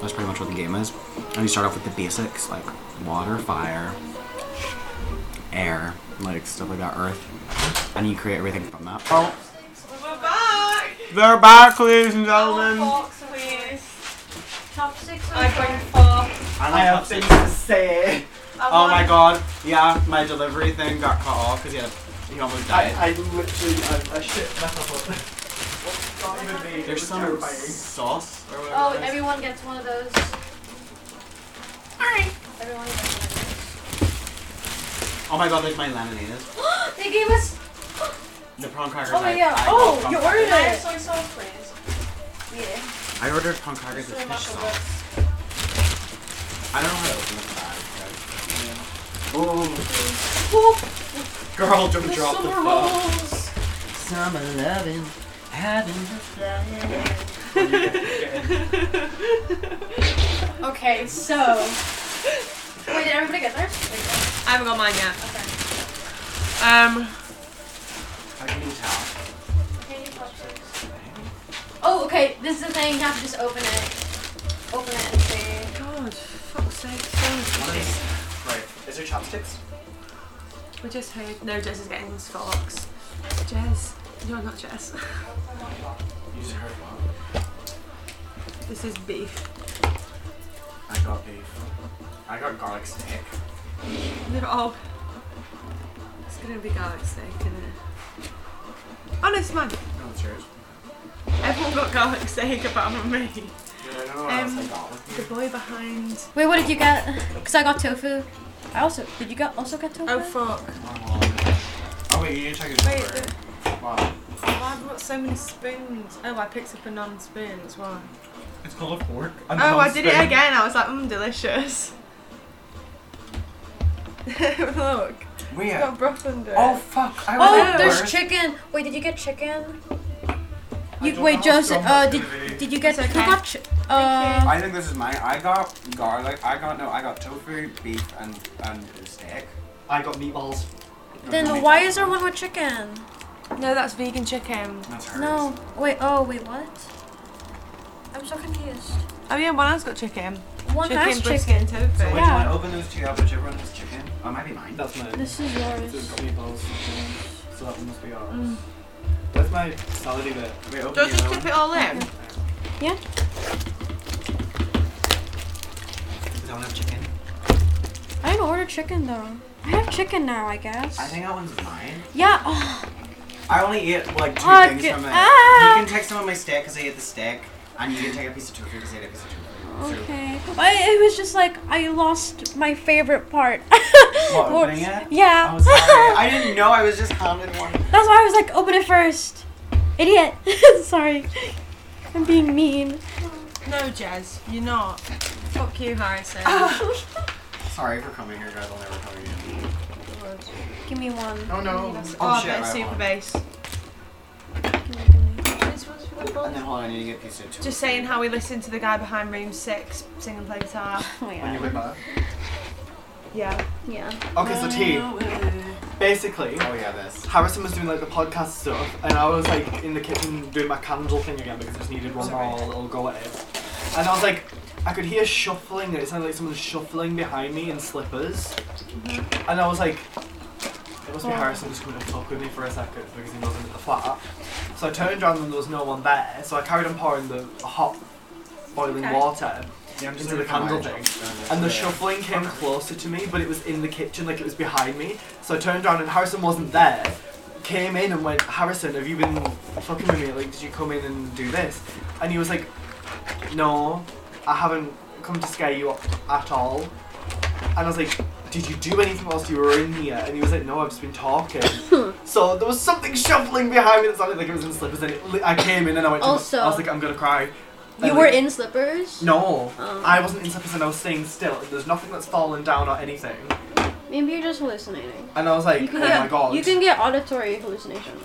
That's pretty much what the game is. And you start off with the basics like water, fire, air, like stuff like that, earth, and you create everything from that. Oh,
We're back!
they're back, ladies and gentlemen.
Box, please. I bring four.
And
I have things to say.
I
Oh my
want-
god, yeah, my delivery thing got cut off because he, had- he almost died.
I, I literally, I, I shit myself up. Well, not even me. it
There's
was
some
terrifying.
sauce or whatever.
Oh,
it is.
everyone gets one of those. Everyone gets one of
Oh my god, there's my lemonade.
those. They gave us.
The prawn crackers.
Oh my
I-
god.
I
Oh,
got
you
prawn
ordered
Can I have
it.
soy sauce, please?
Yeah.
crackers. I ordered prawn crackers with
Soy
fish
muscle
sauce. I don't know how to open the bag. Oh, girl, don't drop the phone.
rolls.
Summer loving, having the fly.
Okay, so. Wait, did everybody get theirs?
I haven't got mine yet.
Okay.
Um,
How can you tell?
Oh, okay. This is the thing. You have to just open it. Open it and see.
God, fuck's sake, so much shit.
Right, is there chopsticks?
We just heard. No, Jess is getting forks. Jess, you're not Jess.
You just heard one.
This is beef.
I got beef.
I got garlic steak.
They're all. It's gonna be garlic steak, isn't it? Honest man,
No, it's yours.
everyone got garlic steak apart from me.
Yeah, I don't know what else I "Oh, got.
The boy behind.
Wait, what did you get? Because I got tofu. I also did you get also get tofu?
Oh fuck.
Oh wait, you need to check your
Wait,
number.
but
Wow.
why have I got so many spoons? Oh, I picked up a non spoon, that's why.
It's called a fork.
Oh, I did it again. I was like, mmm, delicious. Look,
Wait.
it's got broth under it.
Oh fuck! I was
oh,
at
there's
work.
chicken. Wait, did you get chicken?
I
You
don't
wait,
know,
Joseph.
don't
Uh,
look
did
at me.
did you get?
It's
Who
okay.
got? Chi- uh,
I think this is mine. I got garlic. I got no. I got tofu, beef, and and steak.
I got meatballs.
then why is there one with chicken?
No, that's vegan chicken.
That's hers.
No. Wait. Oh, wait. What? I'm so confused.
Oh yeah, one has got chicken.
One
chicken,
has
brisket,
chicken.
and tofu.
So wait,
Yeah.
do you want to open those two up? Whichever one has chicken. Oh, might be mine.
That's mine.
This is Mm.
So it's
yours.
got meatballs. So that one must be ours. Where's my salady bit?
Wait, open
Do I
the
just
other
dip
one.
it all in?
Does that one have chicken?
I didn't order chicken though. I have chicken now, I guess.
I think that one's mine.
Yeah. Oh,
I only eat like two
Fuck.
things from it.
Ah.
You can take some of my steak because I ate the steak, and you can take a piece of tofu because I ate a piece of tofu. So-
okay. I, it was just like I lost my favorite part.
What,
Or-
opening it?
Yeah.
I'm sorry. I didn't know. I was just handed one.
That's why I was like, open it first. Idiot. Sorry. I'm being mean.
No, Jez, you're not. Fuck you, Harrison.
Oh.
Sorry for coming here, guys. I'll never come again.
Give me one.
Oh no. Oh,
oh, a
shit.
bit of
I
super
won.
base.
And then hold on, I need to get a piece of tofu.
Just saying how we listened to the guy behind Room Six sing and play guitar.
Oh my
When you
god.
win back.
Yeah.
Yeah.
Okay, so tea. Basically,
Oh yeah, this.
Harrison was doing like the podcast stuff, and I was like in the kitchen doing my candle thing again because I just needed one more little go at it. And I was like, I could hear shuffling, and it sounded like someone shuffling behind me in slippers. And I was like, it must be Harrison just coming to talk with me for a second because he wasn't at the flat. So I turned around and there was no one there, so I carried on pouring the hot boiling
Okay.
water.
Yeah, I'm
into the candle thing. And the shuffling came closer to me, but it was in the kitchen, like it was behind me. So I turned around and Harrison wasn't there. Came in and went, Harrison, have you been fucking with me? Like, did you come in and do this? And he was like, No, I haven't come to scare you up at all. And I was like, Did you do anything whilst you were in here? And he was like, No, I've just been talking. so there was something shuffling behind me that sounded like it was in slippers. And it, li- I came in and I went, to the-
Also-
I was like, I'm gonna cry.
You
And
were
like-
in slippers?
no,
Oh.
I wasn't in slippers and I was staying still. There's nothing that's fallen down or anything.
Maybe you're just hallucinating.
And I was like,
You
oh
can get,
my god,
You can get auditory hallucinations.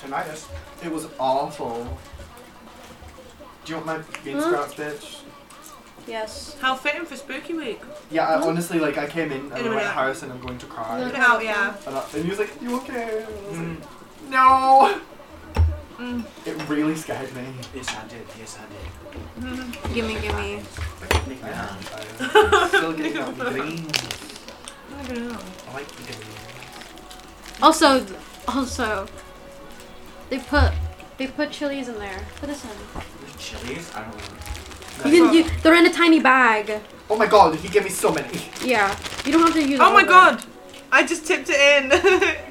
Tinnitus.
it was awful. Do you want my bean
Huh?
sprouts, bitch?
Yes.
How fitting for Spooky Week.
Yeah, I, honestly, like I came in and I
In a
went,
minute.
Harrison, I'm going to cry.
Look
Look
And,
out, yeah.
I, and he was like, you okay? And I was
Mm.
like, no.
Mm.
It really scared me.
Yes, I did. Yes, I
Gimme, gimme.
did. Nick yeah.
I'm still getting out the green.
I like the green.
Also, also, they put they put chilies in there. Put this in.
The chilies. I don't know.
You can, you, they're in a tiny bag.
Oh my god, he gave me so many.
Yeah. You don't have to use.
Oh
all
my
of it.
god! I just tipped it in.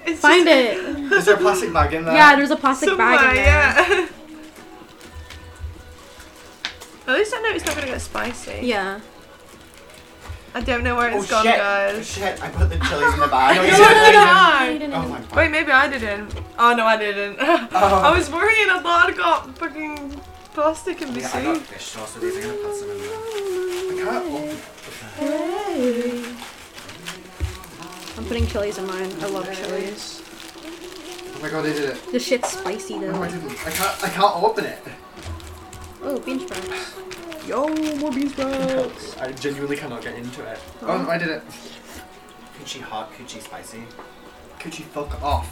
it's
Find
just
it.
Is there a plastic bag in there?
Yeah, there's a plastic
somewhere,
bag in there.
yeah. At least I know it's not gonna get spicy.
Yeah.
I don't know where
Oh
it's
shit!
gone,
Oh,
guys.
Shit! I put the chilies in the bag.
No, no, no.
You didn't
Oh
even-
my god.
Wait, maybe I didn't. Oh no, I didn't. I was worrying. I thought I got fucking plastic in my
Yeah, I got
soup.
fish sauce. So these are gonna put some in there. I can't open it.
I'm putting chilies in mine. I love chilies.
Oh my god! I did it.
This shit's spicy
No, I
though.
didn't. I can't. I can't open it.
Oh, bean sprouts. Yo, more bean sprouts.
I genuinely cannot get into it.
Oh no! I did it. Coochie hot, coochie spicy.
Could you fuck off?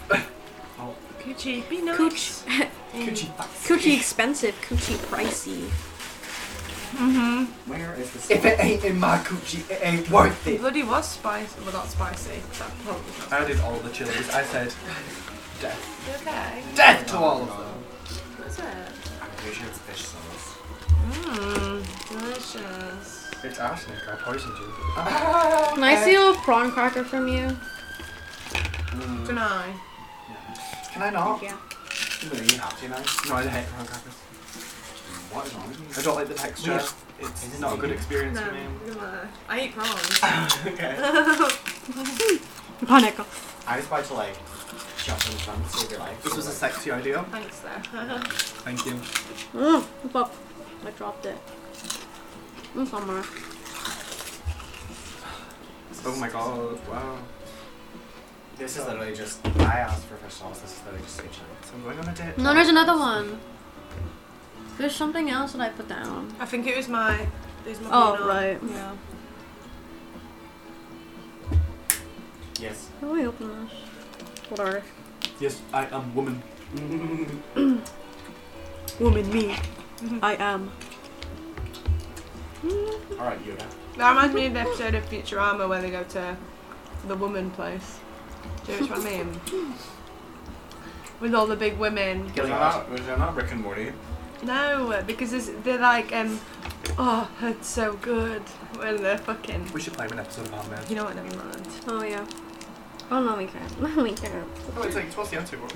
Coochie, be nice.
Cooch.
Could you fuck?
Coochie expensive. Coochie pricey.
Where is this?
If it ain't in my coochie, it ain't worth it.
Bloody was spicy. Well, not spicy. That probably was
I did all the chilies. I said death.
not- Okay.
Death to all of them.
That's it.
I'm pretty sure it's fish sauce.
Mmm, delicious.
It's arsenic. I poisoned you.
Can I steal a prawn cracker from you?
Can I?
Can I not?
Yeah.
You have to now.
No, I hate prawn crackers.
What is wrong with me?
I don't like the texture.
Weird.
It's not a good experience
No,
for me.
no, I eat prawns.
okay.
Monica.
I was about to like jump in front and save your life.
This was a sexy idea.
Thanks, though.
Thank you.
Mm, but I dropped it. Mm, somewhere.
Oh my god, wow.
This is literally just. I asked for fish sauce. This is literally just sweet chili.
So I'm going on a date.
No, there's another one. There's something else that I put down.
I think it was my. It was my
Oh,
peanut.
right.
Yeah.
Yes.
How do I open this? Whatever.
Yes, I am woman.
Woman, me. I am.
All right, Yoda.
That reminds me of the episode of Futurama where they go to the woman place. Do you know what I mean? With all the big women.
Was that, not, was that not Rick and Morty?
No, because there's, they're like, um, oh, it's so good when they're fucking.
We should play an episode of Handmaid.
You know what? Never mind.
Oh, yeah. Oh, no, we can't. No, we can't.
Oh, it's like towards the end too. but-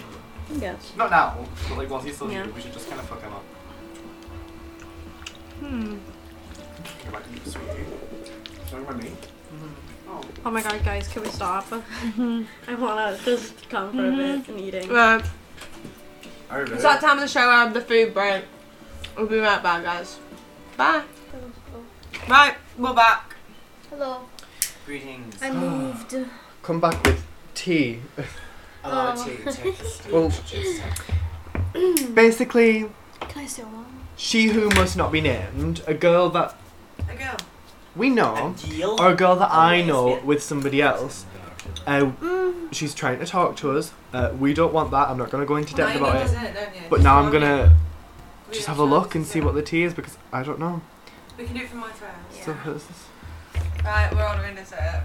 Yes.
Not now, but like once he's still
Yeah.
here, we should just kind of fuck him up.
Hmm.
Talking about you, sweetie.
Talking about me?
Oh my god, guys, can we stop? I wanna just come for a bit and eating.
Well,
I really.
it's that time of the show where I have the food break. We'll be right back, guys. Bye. Right, we're back.
Hello.
Greetings.
I moved.
Come back with tea.
Allow
Oh.
to take the stage.
Well-
Just take-
Basically,
Can I steal one?
she who must not be named, a girl that
A girl.
we
A
know,
deal?
or a girl that I
Always,
know
yeah.
with somebody else. Uh, she's trying to talk to us. Uh, we don't want that. I'm not going to go into depth about it. But now I'm going to just have a look and see what the tea is because I don't know.
We can do it from my phone.
So this is-
Right, we're ordering dessert.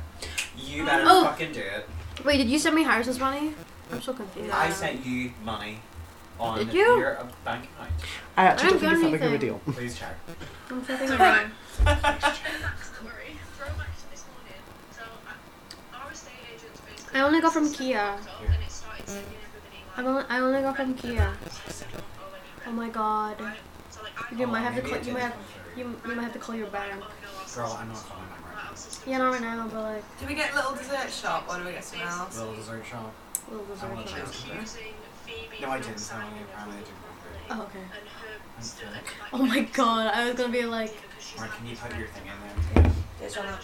You better
Oh.
fucking do it.
Wait, did you send me Harris's money? I'm so confused.
I sent you money on
Did you?
your uh, bank account.
I actually
haven't
don't think it's
done
that big of a deal.
Please check.
I'm so confused. I only got from Kia. I only, I only got from Kia. Oh my god. You might have to call. You might have. You, you might have to call your bank.
Girl, I'm not calling my right.
Yeah, not right now, but like
Do we get little dessert shop or do we get something else?
Little dessert shop.
a little
I
dessert.
want
shop.
No, I didn't. Sound like apparently I didn't. want it.
Oh okay.
I'm sick.
Oh my god, I was gonna be like,
Mark, can you put your thing in there?
There's one up.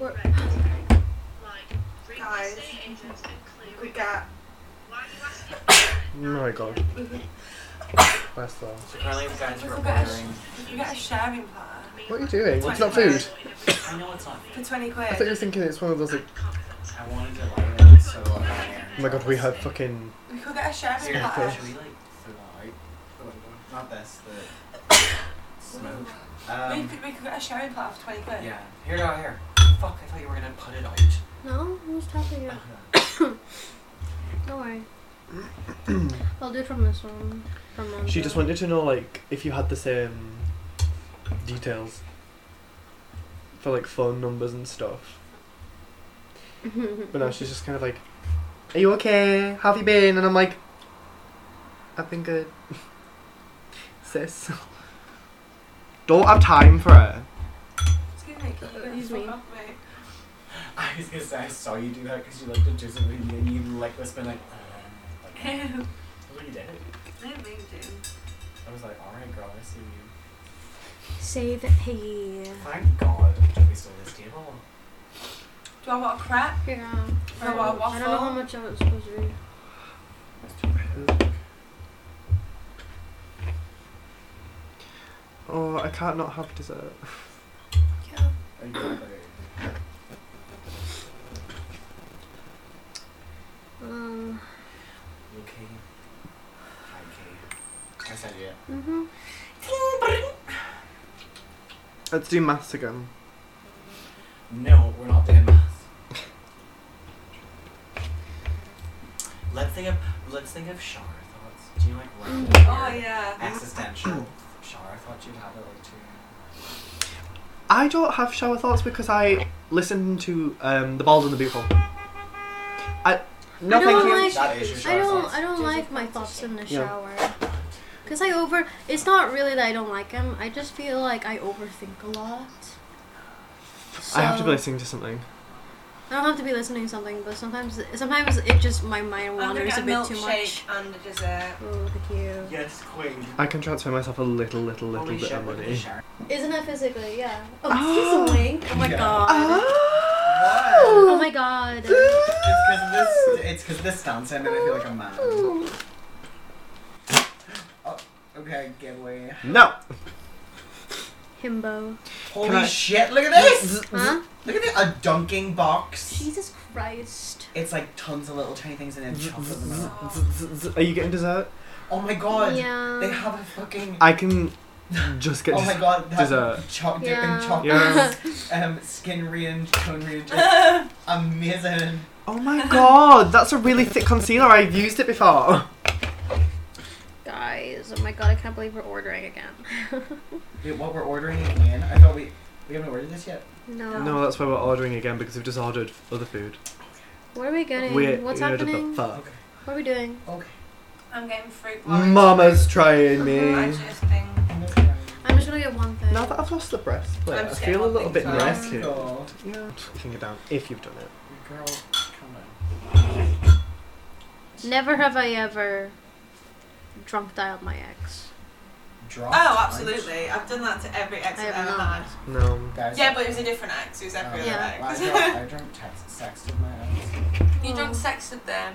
we're-
Guys, we got.
my god. Bless them.
So currently the guys were
Look at us.
ordering.
You got a sharing platter
What are you doing? It's not food.
I know it's not.
for 20
I thought you
quid.
were thinking it's one of those like.
I wanted to light it, so I'm not here.
Oh my god, we have fucking.
We could get a
Should
sharing
we like
platter.
throw that out? The window? Not this, the smoke.
we,
Um,
could, we could get a sharing platter for 20 quid.
yeah. Here, no, here. Fuck! I thought you were gonna put it out.
no, Oh, who's tapping you? Don't worry. I'll do it from this one. From one.
She just wanted to know like if you had the same details for like phone numbers and stuff. But now she's just kind of like, "Are you okay? How have you been?" And I'm like, "I've been good, sis." Don't have time for it.
Excuse me, can you get
Excuse
the fuck
me.
off me?
I was gonna say I saw you do that because you looked at Joseph and then you like was been like. Um, like
I didn't
what you did?
mean to.
I was like, all right, girl, I see you.
Save Piggy.
Thank God, Joey stole this table.
Do I want a crap?
Yeah.
Do I want a
I don't know how
Oh, waffle?
much of it's supposed to be.
Oh, I can't not have dessert.
Exactly.
Um.
Okay. Hi, Kate. I said yeah.
Mm-hmm.
Let's do maths again.
No, we're not doing math. let's think of let's think of shower thoughts. Do you like
Mm,
random
Oh,
weird
yeah.
existential shower thoughts you'd have at like two?
I don't have shower thoughts because I listen to um, the Bald and the Beautiful. I no,
I don't
thank you.
like-
That is your shower
I don't.
thoughts.
I don't like my thoughts in the
Yeah.
shower. Cause I over. It's not really that I don't like him. I just feel like I overthink a lot.
I have to be
So-
listening to something.
I don't have to be listening to something, but sometimes sometimes it just my mind
I'm gonna
wanders
get
a
a
bit too much.
milkshake and a dessert.
Oh, look at you.
Yes, queen.
I can transfer myself a little, little, little bit of money.
Isn't that physically? Yeah. Oh, this is a wink. Oh my
Yeah.
god.
Ah!
What?
Oh my god.
It's because
Oh.
this. It's because this stunts him, and I feel like a man. Oh, okay, get away.
No.
Himbo.
Holy
Can I-
shit! Look at this.
Huh?
Look at it. A dunking box.
Jesus Christ.
It's like tons of little tiny things in it. Chocolate. in the middle.
Are you getting dessert?
Oh my god.
Yeah.
They have a fucking.
I can just get
Oh my
dessert.
god, that
dessert.
Cho- dipping
Yeah.
chocolate,
Yeah.
um, skin rearing, cone rearing, amazing.
Oh my god, that's a really thick concealer. I've used it before.
Guys, oh my god, I can't believe we're ordering again.
Wait, what we're ordering again? I thought we we haven't ordered this yet.
no.
No, that's why we're ordering again because we've just ordered other food.
What are we getting?
We're
What's
weird as
happening?
the fuck.
What are we doing?
Okay.
I'm getting fruit porridge.
Mama's trying
I
me.
just think.
I'm just gonna get one thing.
Now that I've lost the breastplate,
I'm
I
just
feel a
getting
little bit
one thing,
naked.
Let's go.
Yeah. Finger down if you've done it.
Girl, come on.
Never have I ever drunk dialed my ex.
Drop.
Oh, absolutely. I've done that to every ex
I
I've
have
ever
not.
had.
No.
Guys,
Yeah, but it was a different ex. It was every
um,
other
Yeah.
ex.
I drunk, I drunk text, sex with my ex.
you drunk
Oh.
sex with them.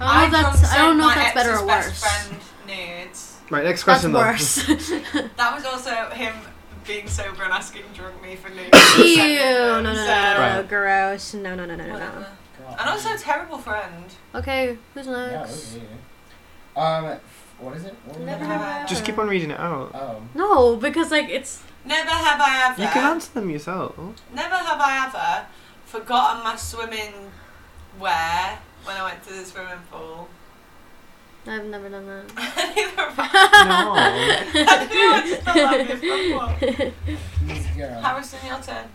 I don't know if
drunk
Oh, that's, I don't
sent
know if
my
that's better or
ex's
worse.
best friend nudes.
Right, next
That's
question
worse.
That was also him being sober and asking drunk me for nudes.
Ew, no, no, no, no, no, no,
Right.
gross. No, no, no, no, no, no.
Whatever.
Girl.
And also a terrible friend.
Okay, who's
Yeah,
next?
okay. Um, f- what is it? What was
Never
it?
have I
Uh,
ever.
though. Just keep on reading it out.
Oh.
No, because like it's
Never have I ever.
You can answer them yourself.
Never have I ever forgotten my swimming wear when I went to the swimming pool.
I've never done that.
Neither have I.
No.
I don't know what to tell that before.
These girls.
Harrison, your turn.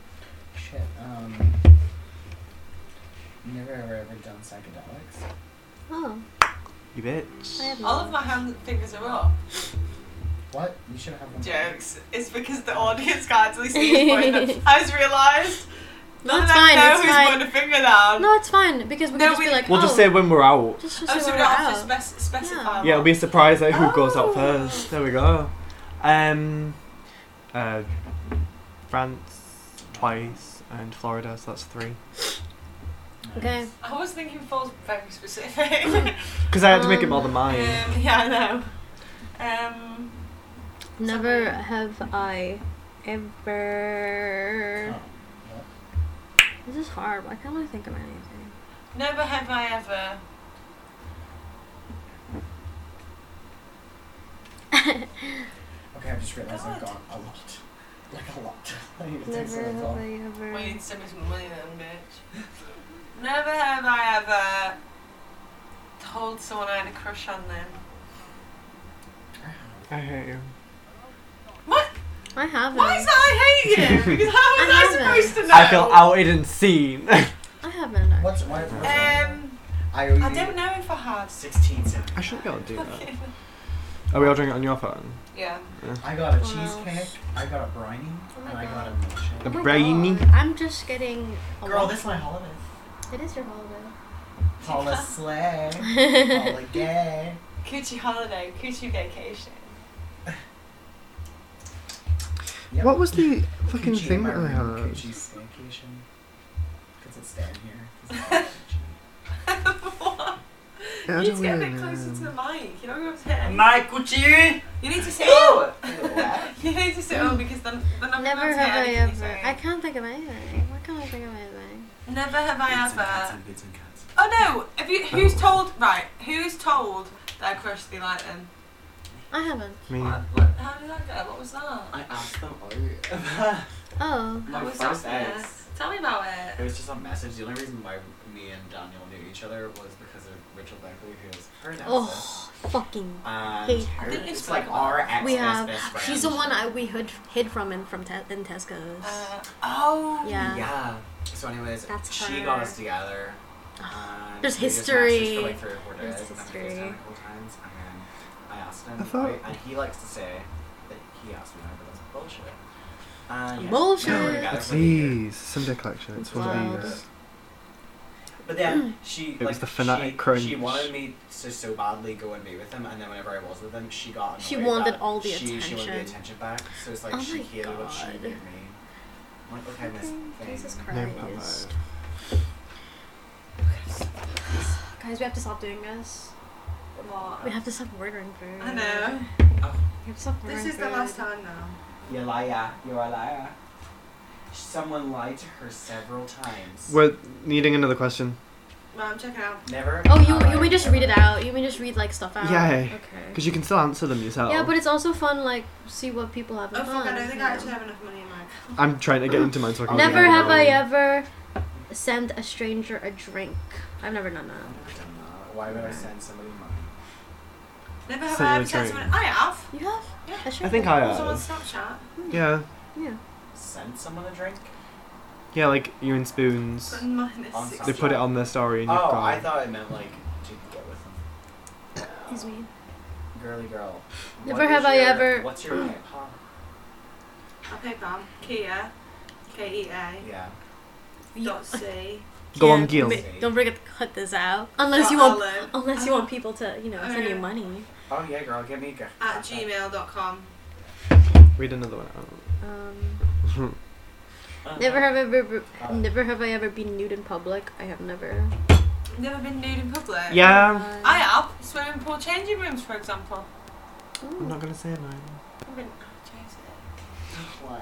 Shit. Um. Never ever ever done psychedelics.
Oh,
You bitch.
I have
All of
not.
my hand fingers are up.
What? You should have them.
Jokes. It's because the audience can't really see his point. that I just realised.
No,
none
it's
of them
fine.
Know
It's
who's
fine.
putting a finger down.
No, it's fine because we
No,
can just
we-
be like,
We'll
oh,
just say when we're out.
just,
Oh,
just
so we
say we're
don't have to
out.
spec- specify.
Yeah, it'll be a surprise like who goes
Oh.
out first. There we go. Um, uh, France twice and Florida, so that's three.
Okay,
I was thinking Paul's very specific. um,
Because I had to make it more than mine.
yeah, I know. Um,
never have I ever.
Oh,
This is hard. Why can't I think of anything?
never have I ever.
Okay, I just realized I've
God.
got a lot. Like a lot. I need to take
Never
some of
have
all.
I ever.
Well, you need to send me some money then, bitch. never have I ever told someone I had a crush on them.
I hate you.
What?
I haven't.
Why is that I hate you? Because how was
I
I,
haven't.
supposed to know? Um,
I feel outed and seen.
I haven't. actually.
What's why? what's wrong?
Um,
I owe you.
I don't know if I had.
16 cents.
I shouldn't be able to do that. Are we all doing it on your phone?
Yeah.
I got a
Wow.
cheesecake. I got a briny.
Oh my
and I got a
God.
The
milkshake.
Oh my
brainy.
God, I'm just getting. A
Girl,
lot.
this is my holiday.
It is your holiday.
Call a sleigh. Holiday.
Coochie holiday, coochie vacation.
Yep.
What was the fucking
Coochie
thing
in my
that they
room,
had?
Coochie staycation. Because it's down here. 'Cause it's all coochie.
what?
Yeah, I
you need
don't
to get a
really
bit closer
know.
to the mic. You're not going to be able to hear.
My coochie!
You need to sit up. you need to sit up because then, then I'm
Never
to hear
have I
anything you
ever.
say.
I can't think of anything. Why can't I think of anything?
Never have uh, I
Bits and cats
ever.
and bits and cats.
Oh no! Have you? Who's told? Right. Who's told that I crushed the light then?
I haven't.
Me.
What, what, how did that go? What was that?
I asked them out.
Oh.
My
What was
first
that?
ex.
for? Tell me about
It
it.
was just a message. The only reason why me and Daniel knew each other was because of Rachel Beckley, who was her nemesis.
Oh, fucking.
And
hate
her,
Didn't you
it's
speak
like
about
our
it?
ex
We have.
best friend.
She's the one I we hid, hid from in from te- in Tesco's.
Uh, oh.
yeah.
Yeah. So, anyways,
That's
she
her.
got us together. and
There's
we just
history.
messaged For like three or four days,
There's
and then we
history.
FaceTimed a couple times, and then I I asked him,
I thought-
and he likes to say that he asked me, but that's bullshit. And yeah,
Bullshit.
we were together
It's
for a year.
these Sunday collection. It's one of these.
But
Mm.
then she
It
like
was the fanatic
she,
crunch.
she wanted me to so badly go and be with him, and then whenever I was with him, she got.
She
annoyed
wanted
that
all the
she, She wanted the
attention.
attention back, so it's like
Oh
she
my
hated what she
God.
gave me. I'm like, okay, miss
Jesus
thing.
No,
Christ.
bye-bye.
Guys, we have to stop doing this. We have to stop ordering food.
I know.
Oh.
We have to stop ordering
This is the
food.
last time now.
You liar! You're a liar! Someone lied to her several times.
We're needing another question.
Well, I'm checking out.
Never.
Oh,
have
you
I
you may just
ever-
read it out. You may just read like stuff out.
Yeah.
Okay.
Because you can still answer them yourself.
Yeah, but it's also fun like see what people have. in
Oh fuck!
mind,
I don't think
you
I
know.
actually have enough money in my account.
I'm trying to get into mine so Oh, I can.
Never
get
have
another
I
one.
ever sent a stranger a drink. I've never done
I've
that.
never done that. Why would I send somebody money?
Never have
Send
I
you
ever
a
sent
train.
someone. I have.
You have?
Yeah.
A
I
stranger?
think I
Also on
have.
Snapchat.
Yeah.
Send someone a drink?
Yeah, like you and spoons.
But mine is
On
six.
They put it on their story and
oh,
you've gone.
I thought it meant like to get with them.
Excuse me.
Girly girl.
Never
what is
have I
your-
ever-
What's your name? Huh?
I paid them. Kia. K E A.
Yeah.
Dot C.
Go on,
Yeah,
Gil.
ma- Don't forget to cut this out. Unless you
Dot
want,
Olive.
unless you want people to, you know, send you
Okay.
money.
Oh yeah, girl, give me a gift.
At gmail.com.
Read another one out.
Um,
Uh-huh.
never have ever,
Uh.
never have I ever been nude in public. I have never. Uh,
Never been nude in public.
Yeah.
I have. Swimming pool changing rooms, for example.
I'm not gonna say mine.
I've been. oh, Jesus.
Why?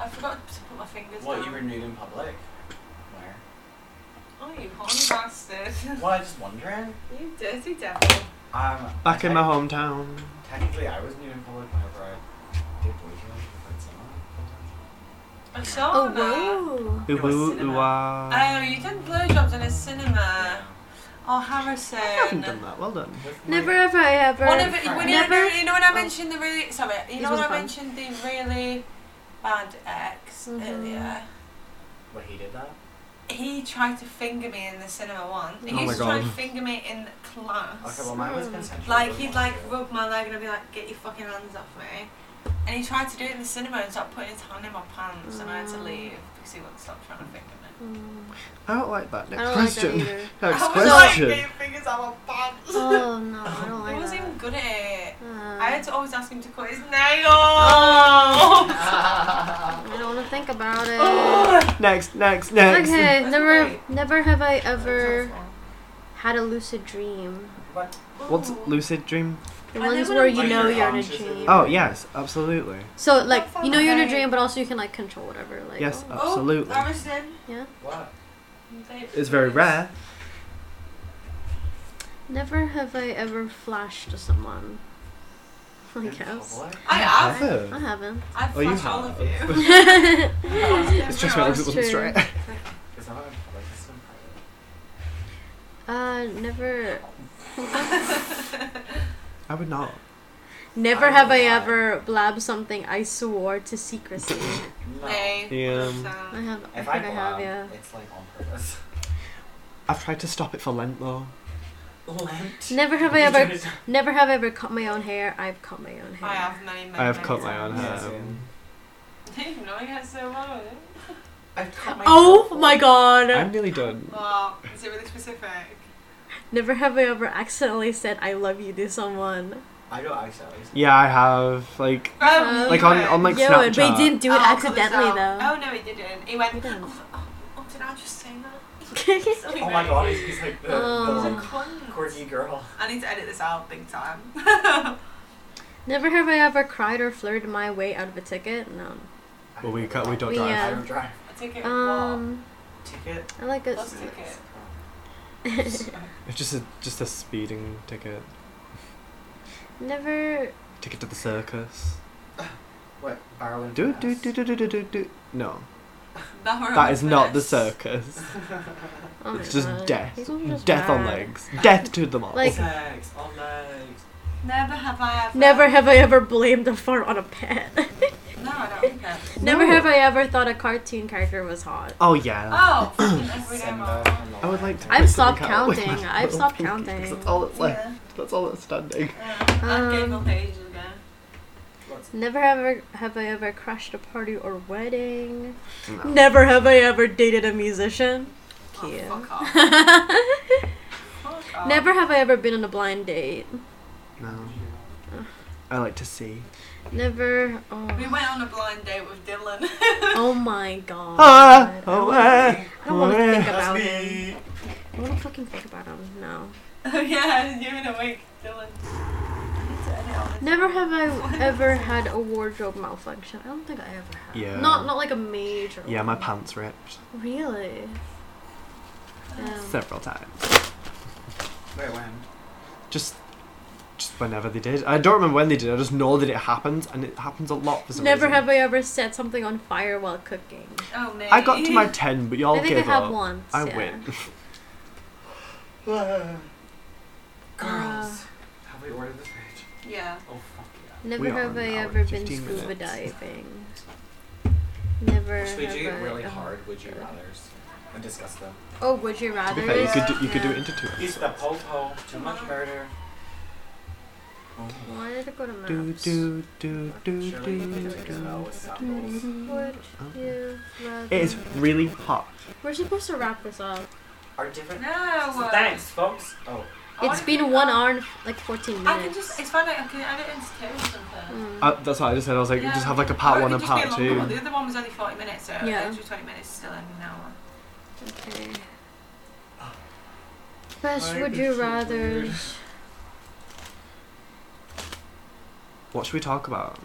I forgot to put my fingers
What?
down.
You were nude in public? Where?
Oh, you horny bastard.
Well, I was just wondering.
you dirty devil.
Um.
Back in my
tec-
hometown.
Technically, I was nude in public whenever I did boyfriend with someone.
I saw
Oh,
that.
whoa.
Ooh,
It was
ooh,
cinema.
ooh, ah.
Oh, you did blowjobs in a cinema. Oh, Harrison.
I haven't done that. Well done.
With my-
Never have I ever.
One of it,
Right.
when
Never-
You, know, you know when I
Oh.
mentioned the really sorry, you
This
know
was
when I
fun.
mentioned the really bad ex
Mhm.
earlier.
What he did that?
He tried to finger me in the cinema once. He
Oh my
used to try and
God.
finger me in
Okay,
class.
well, mine was consensual.
Like
it
he'd
wasn't
like
nude.
rub my leg and I'd be like, "Get your fucking hands off me!" And he tried to do it in the cinema and started putting his hand in my pants, and I had to
Mm.
leave because he wouldn't stop trying to finger me.
Mm,
I don't like that.
I
Next
don't
question.
like that either.
Next
I was
question.
like, "Get your fingers out my pants."
Oh no, I don't
He
like
wasn't even
that.
good at it.
Uh,
I had to always ask him to cut his nails.
I don't want to think about it.
Oh!
Next, next, next.
Okay,
That's
never,
great.
never have I ever had a lucid dream.
What?
What's
Ooh.
lucid dream?
The
I know
ones
what
where
I'm
you
like.
know
Like
you're in a
conscious of
dream.
your-
Oh yes, absolutely.
So like
That
you know you're in a
sounds
dream,
right.
but also you can like control whatever. Like
Yes,
oh,
absolutely.
Oh, Harrison.
What?
It's very rare.
never have I ever flashed to someone. I
In
guess
public?
I have.
I
Ever.
haven't.
I've
Oh, you
flashed all of you.
have. It's just my
That's
legs it wasn't
true.
straight.
It's not in public. It's in private.
Uh, never,
I would not.
never
I
have I
don't know.
ever blabbed something I swore to secrecy.
No.
Um,
I have. I
If
think
I,
I,
go
have.
out,
Yeah.
it's like on purpose.
I've tried to stop it for Lent though.
Lent.
Never have I ever, never have I ever cut my own hair. I've cut my own hair.
I have many, many
I have
many
cut my own
times.
Yeah,
hair. Um,
same.
you know, you guys so well with it.
I've cut my
Oh my god!
I'm nearly done.
Well, is it really specific?
Never have I ever accidentally said I love you to someone.
I don't actually.
Yeah, I have. Like,
Um,
like on on like
yeah, but
Snapchat.
he didn't do it
I'll cut this
accidentally
out.
though.
Oh no, he didn't. He went.
He didn't.
Oh, oh, oh, did I just say that? Sorry,
Oh my
mate.
god, he's like the,
He's a
Oh.
the
cunt.
quirky girl.
I need to edit this out big time.
Never have I ever cried or flirted my way out of a ticket. No.
Well, we can't. We don't
We,
drive.
I
uh,
don't drive.
A ticket.
Um,
Ticket.
I like a
Bus ticket.
It's just a just a speeding ticket.
never.
Ticket to the circus.
What? Barrowing.
Do do
finesse.
do do do do do do. No,
Barrow
that is not the
Finesse.
circus.
Oh my
It's just
God.
death.
These ones are just
Death on
bad.
legs. Death to them all.
Like-
Sex on legs.
Never have I ever.
Never have I ever blamed a fart on a pet.
No, I don't think that.
never
No.
have I ever thought a cartoon character was hot.
Oh yeah.
Oh, fucking everyday
Send
mom.
her a not
I would like to.
I've stopped
I can't with
counting.
my
I've
little
stopped
pinky, 'cause
counting.
That's all that's left.
Yeah.
That's all that's standing.
I gave
Um,
up ages ago.
Never ever have I ever crashed a party or wedding. Never have I ever dated a musician. Cute.
Oh, fuck off. Fuck off.
Never have I ever been on a blind date.
No. I like to see.
Never.
We
Oh,
went on a blind date with Dylan.
oh my god.
Ah,
I don't
oh,
wanna-
ah,
I don't want to
oh,
think
ah.
about him. I want to fucking think about him. No.
oh yeah, you in a week, Dylan.
Never have I ever had a wardrobe malfunction. I don't think I ever have.
Yeah.
Not not like a major.
Yeah, my
one.
pants ripped
Really. Um,
several times.
Wait, when?
Just, just whenever they did. I don't remember when they did. I just know that it happens, and it happens a lot for some
Never
reason.
have I ever set something on fire while cooking.
Oh mate.
I got to my ten, but y'all
I think I
gave
have
up.
once.
I
yeah.
win.
Uh,
Girls. Have we ordered this page?
Yeah.
Oh, fuck yeah.
Never
We are
have
an
I
hour
ever
and
been
15
scuba
minutes.
diving. Never.
Should we
have
do
I,
really
oh.
hard would you rathers and discuss them?
Oh, would you rather?
to be fair, you could
is-
do, you could do it into two.
He's the popo, too much murder.
Oh,
Why did it go to maps?
Do do do do
Surely you
do
can take a spell
do.
with samples.
Would you rather?
Oh. It is really hot.
We're supposed to wrap this up.
Are different.
No. uh,
So thanks, folks. Oh,
I
it's
wanna
been
keep
one
going.
hour and f- like 14 minutes.
I can just. It's fine. I can edit into two or something.
Mm.
Uh, that's what I just said. I was like,
Yeah.
just have like a
Or
part
it
one
could
and
just be
part
a long
two.
one. The other one was only 40 minutes, so
Yeah.
extra 20 minutes is still in an hour.
Okay. Best
I
would
can
you
feel
rather?
weird.
What should we talk about?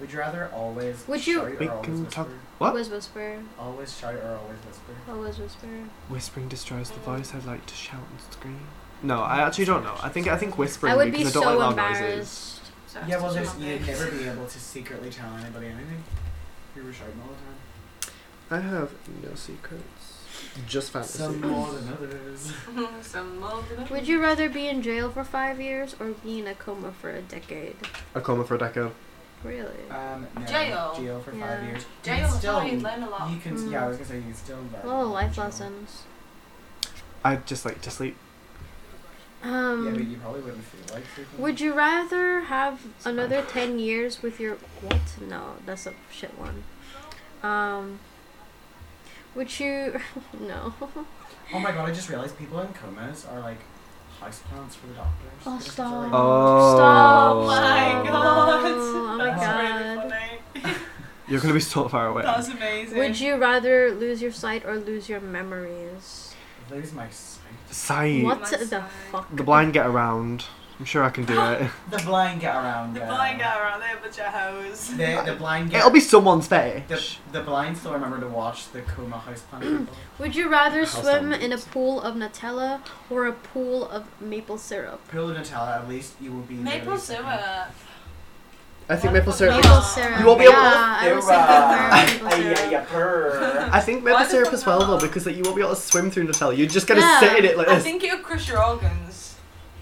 would you rather always?
Would you-
shout or
We
always
can
whisper?
talk- What?
Always whisper.
Always shout or always whisper.
Always whisper.
Whispering destroys the voice. I'd like to shout and scream. No, I actually don't know. I think I think whispering
I would be
because
so
I don't like loud noises.
embarrassed.
So
Yeah,
it's just
well, there's,
a long
you'd
day.
never be able to secretly tell anybody anything. You were shouting all the time.
I have no secrets. Just fantasies.
Some more than others.
Some mold.
Would you rather be in jail for five years or be in a coma for a decade?
A coma for a decade.
Really?
Um, no,
Jail.
Jail for
Yeah.
five years. You
Jail
can
is
still,
how you learn a lot.
You can,
Mm.
yeah, I was gonna say you can still learn.
A lot of Oh, life
jail.
lessons.
I'd just like to sleep.
Yeah, but
Um,
you probably wouldn't feel like sleeping.
would you rather have another ten years with your what? No, that's a shit one. Um, would you? No.
Oh my god! I just realized people in comas are like houseplants for the doctors.
Oh,
They're just
stop.
really-
Oh.
Stop!
Oh my
Stop.
god.
Oh my
That's
god.
really funny.
You're gonna be so far away.
That was amazing.
Would you rather lose your sight or lose your memories?
Lose my sight.
Sight.
What
my
the
sight.
fuck?
The blind get around. I'm sure I can do it.
The blind get around.
The
uh,
blind guy around there, but your hose.
The, the blind get.
It'll be someone's fetish.
The, the blind still remember to watch the coma houseplant people.
Would you rather
House
swim
zombies.
in a pool of Nutella or a pool of maple syrup?
Pull the Nutella. At least you will be.
Maple
really sick.
syrup.
I think maple syrup.
Maple
Maple
Is,
syrup.
You won't be able to
yeah, I was
Syrup.
thinking for maple
Ay,
syrup.
ay, ay, purr.
I think
Why
maple
the
syrup
fuck
as well though
not?
because like you won't be able to swim through Nutella. You're just gonna
Yeah.
sit in it like
I
this.
think it'll crush your organs.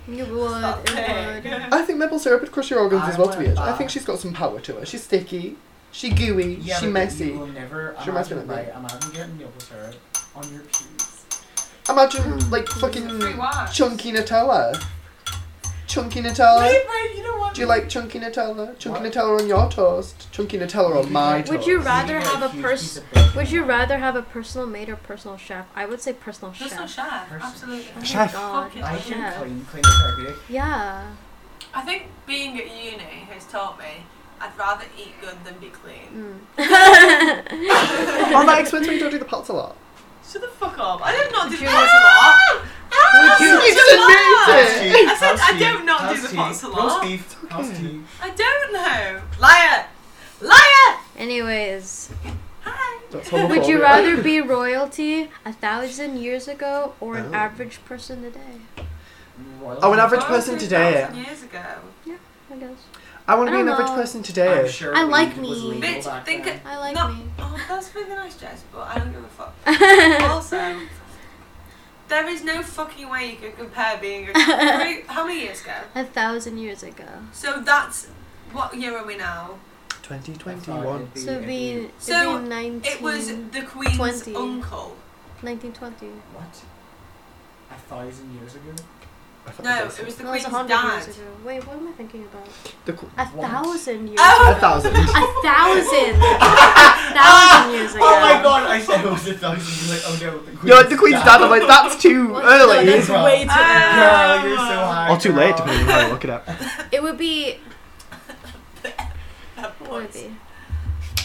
You would. It would.
I think maple syrup would crush your organs
I
as well. To be
want
honest, I
that.
think she's got some power to her. She's sticky. She gooey.
Yeah,
she
but
messy.
You will never.
She reminds me
imagine,
of me.
right, imagine getting maple syrup on your peas.
Hmm.
Imagine like
Free
fucking
wine.
chunky Nutella. Chunky Nutella.
Wait, wait, you don't want
Do you like chunky Nutella? Chunky
What?
Nutella on your toast. Chunky Nutella on my toast.
Would you
You
rather
need a
have a
huge piece
person?
of bacon.
Would you rather have a personal maid or personal chef? I would say personal chef.
Personal chef.
Personal
Absolutely.
Oh my
Chef.
God,
Fucking
I can
chef.
clean, clean therapeutic.
Oh, Yeah.
I think being at uni has taught me I'd rather eat good than be clean.
Mm.
On that expense when you don't do the pots a lot.
Shut the fuck up. I did not do
Would
the
you-
pots a lot. Ah,
You
it's
just
a lot.
admitted it.
I said I don't not do the pots a lot. I don't know. Liar. Liar.
Anyways,
Hi.
That's
would
homophobia.
you rather be royalty a thousand years ago or an
Oh.
average person today?
Oh, an average
Well, 2,000
person today.
Years ago.
I guess.
I want to
I
be an
don't
average
know.
person
I'm
today.
sure
I
weed
like
was
me.
legal
Bitch,
back
think
then.
I like
No.
me.
Oh, that's really nice, Jess, but I don't give a fuck. also, there is no fucking way you could compare being a. three- how many years ago?
A thousand years ago.
So that's. What year are we now?
2021.
So
It'd
being
be-
it'd
So,
be nineteen.
It was the Queen's
Hmm. Twenty.
uncle
1920.
What? A thousand years ago?
I thought
No,
was
it was the
That was
Queen's
a
dad.
hundred years ago. Wait, what am I thinking about?
the qu-
A
What?
thousand years.
Oh!
a thousand.
A thousand. A thousand years ago.
Oh my god, I said it was a thousand. You're like, oh no, the Queen's
No, the Queen's dad. I'm like, that's too
Well,
early.
no, that's
Girl.
way too early.
Girl, you're so high.
or too late,
girl.
depending on how you look it up.
It would be.
That
What would it
was-
be?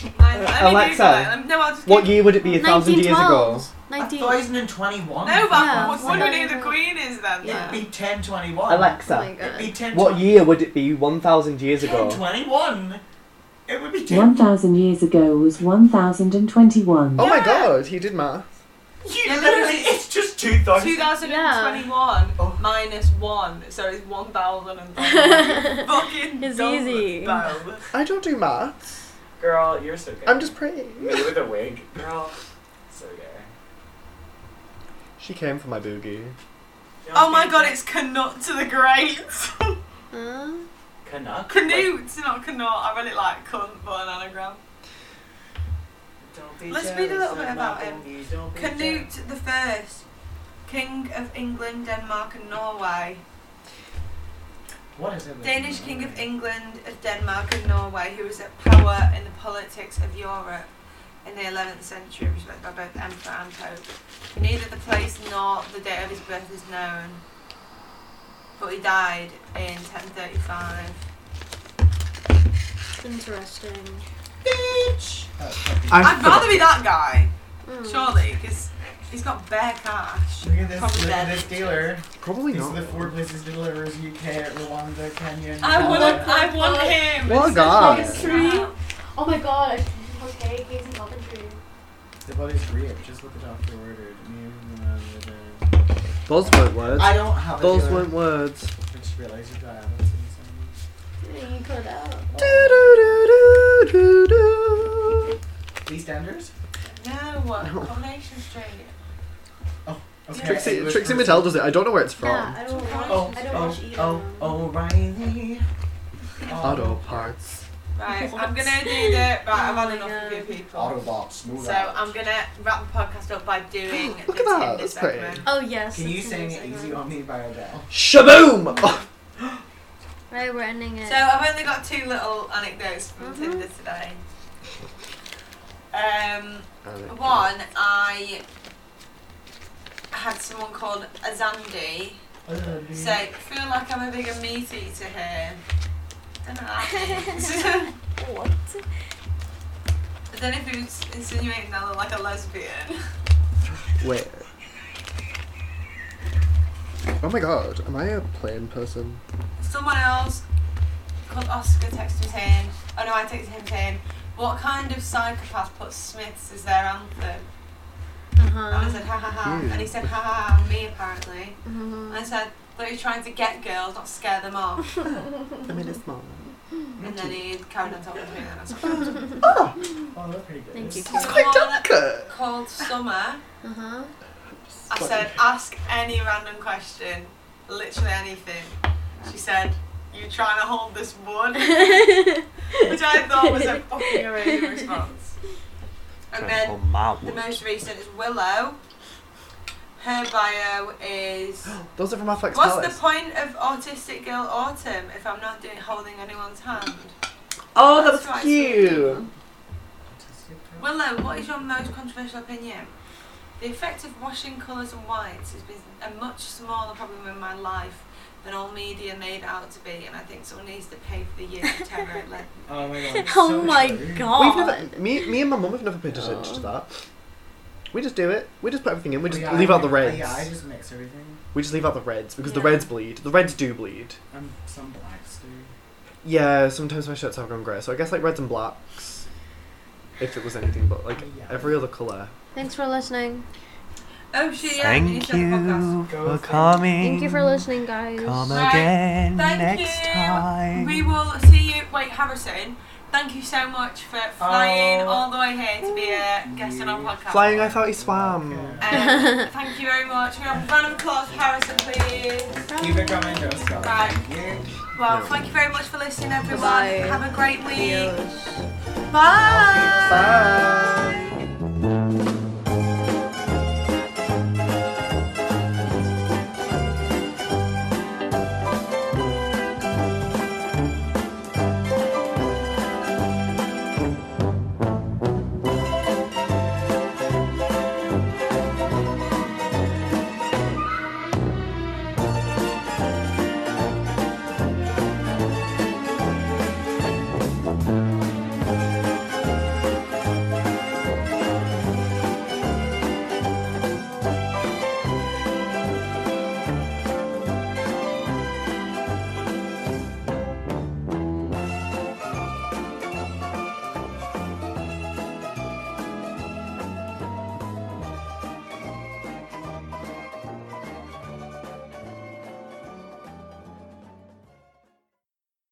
Let me do
Alexa,
that. Um, No, I'll just.
What
give-
year would it be? A thousand years ago.
1912s.
A
19.
thousand and twenty-one.
No, but
Yeah.
what, what do we know
Yeah.
the Queen is then?
Yeah.
It'd be ten twenty-one.
Oh my
Alexa,
It'd be
god.
ten.
what year would it be? One thousand years
Ten
ago.
twenty-one. It would be ten.
1000 years ago was 1021.
Oh my
Yeah.
god, he did math.
You
Yeah,
literally,
literally.
it's just two thousand.
2021
Oh.
minus 1, so it's 1,000. Fucking
It's
dumb.
easy.
Dumb.
I don't do math.
Girl, you're so gay.
I'm just praying.
Me with a wig. Girl, so gay.
She came for my boogie.
Oh my god, it's Canut to the Greats.
Huh?
Canuck.
Canute, not Canut. I read it like cunt, but an anagram.
Don't be
Let's read a
jealous
little bit
of my
about him.
boobies, don't be
Canute the First, King of England, Denmark, and Norway.
jealous. What is it?
Danish King of England, of Denmark, and Norway, who was at power in the politics of Europe in the 11th century, respected by both emperor and pope. Neither the place nor the date of his birth is known, but he died in 1035.
Interesting.
Bitch!
Uh,
I
I'd
forgot-
rather be that guy,
Mm.
surely, because he's got bare cash.
Look at this,
Probably
look at
bad.
this dealer.
Probably
These are
not.
the four places to deliver is UK, Rwanda, Kenya. and
I want,
Uganda.
I want him.
Well,
It's
God.
such a tree.
Oh my god. Okay, he's in Coventry.
The body's Greek. Just look it up. They ordered.
Those weren't words.
I don't have a
Those
dealer.
weren't words.
I just realised you got Alex in
You uh, cut out.
the same.
Do-do-do-do-do-do.
Lee Standers?
No, Coronation Street. Yeah.
Trixie, Trixie Mattel does it. I don't know where it's from.
Yeah, I don't watch.
Oh,
I don't
oh,
watch either.
oh, Um, oh, Riley.
Auto parts.
Right, I'm gonna do the. Right, I've
Oh my
had enough of you people.
Autobots, move
So
out.
I'm gonna wrap the podcast up by doing
Look
the
at that,
Tinder
that's
segment.
pretty.
Oh yes.
Can you
it's in
sing
the
Easy
second one.
on Me by Adele?
Shaboom! Oh,
Right, we're ending it.
So I've only got two little anecdotes from
Mhm.
Tinder today. Um,
Alec.
one, I had someone called Azandi say, "Feel like I'm a bigger meat eater here." Don't know what that means.
what?
I don't know if he was insinuating that I look like a lesbian.
Wait. Oh my god, am I a plain person?
Someone else called Oscar texted him. Oh no, I texted him saying, "What kind of psychopath puts Smiths as their anthem?"
Uh
And I
huh.
said, "Ha ha ha,"
Ew.
and he said, "Ha ha ha," on me apparently.
hmm
And I said, "But he's trying to get girls, not scare them off."
I mean, it's not.
and then he carried on talking to me. And then I stopped.
Oh, that's pretty good.
Thank you.
Someone
Ah, Quite delicate!
called Summer.
Uh huh.
I said, "Ask any random question, literally anything." She said. You trying to hold this wood? Which I thought was a fucking amazing response. And then The most recent is Willow. Her bio is
Those are from Affleck's
What's
Palace.
the point of autistic girl autumn if I'm not doing holding anyone's hand?
oh,
That's
that's
right.
cute!
Willow, what is your most controversial opinion? The effect of washing colours and whites has been a much smaller problem in my life than all media made out to be, and I think someone needs to pay for the years of terror it led.
Oh my god. it's
Oh
so
my
true.
god.
We've never, me, me and my mum have never paid attention to that. We just do it. We just put everything in. We just
Oh, Yeah,
leave
I
out the
mix-
reds.
Yeah, I just mix everything.
We just leave out the reds because the
Yeah.
reds bleed. The reds do bleed.
I'm some blacks do.
Yeah, sometimes my shirts have gone grey, so I guess like reds and blacks. If it was anything but like
Yeah.
every other colour.
Thanks for listening.
Oh shit, yeah, we need to end the podcast.
Go for
Thank
Mm.
you for listening, guys.
Right, Thank you. We will see you. Wait, Harrison. Thank you so much for flying
Oh.
all the way here to be a guest on our podcast.
Flying, I thought he swam.
Okay.
Um, thank you very much. We have a round of applause for Harrison, please.
Keep it coming, Joseph.
Right.
Thank you.
Well, thank you very much for listening, everyone.
Bye.
Have a great week.
Adios.
Bye.
Bye.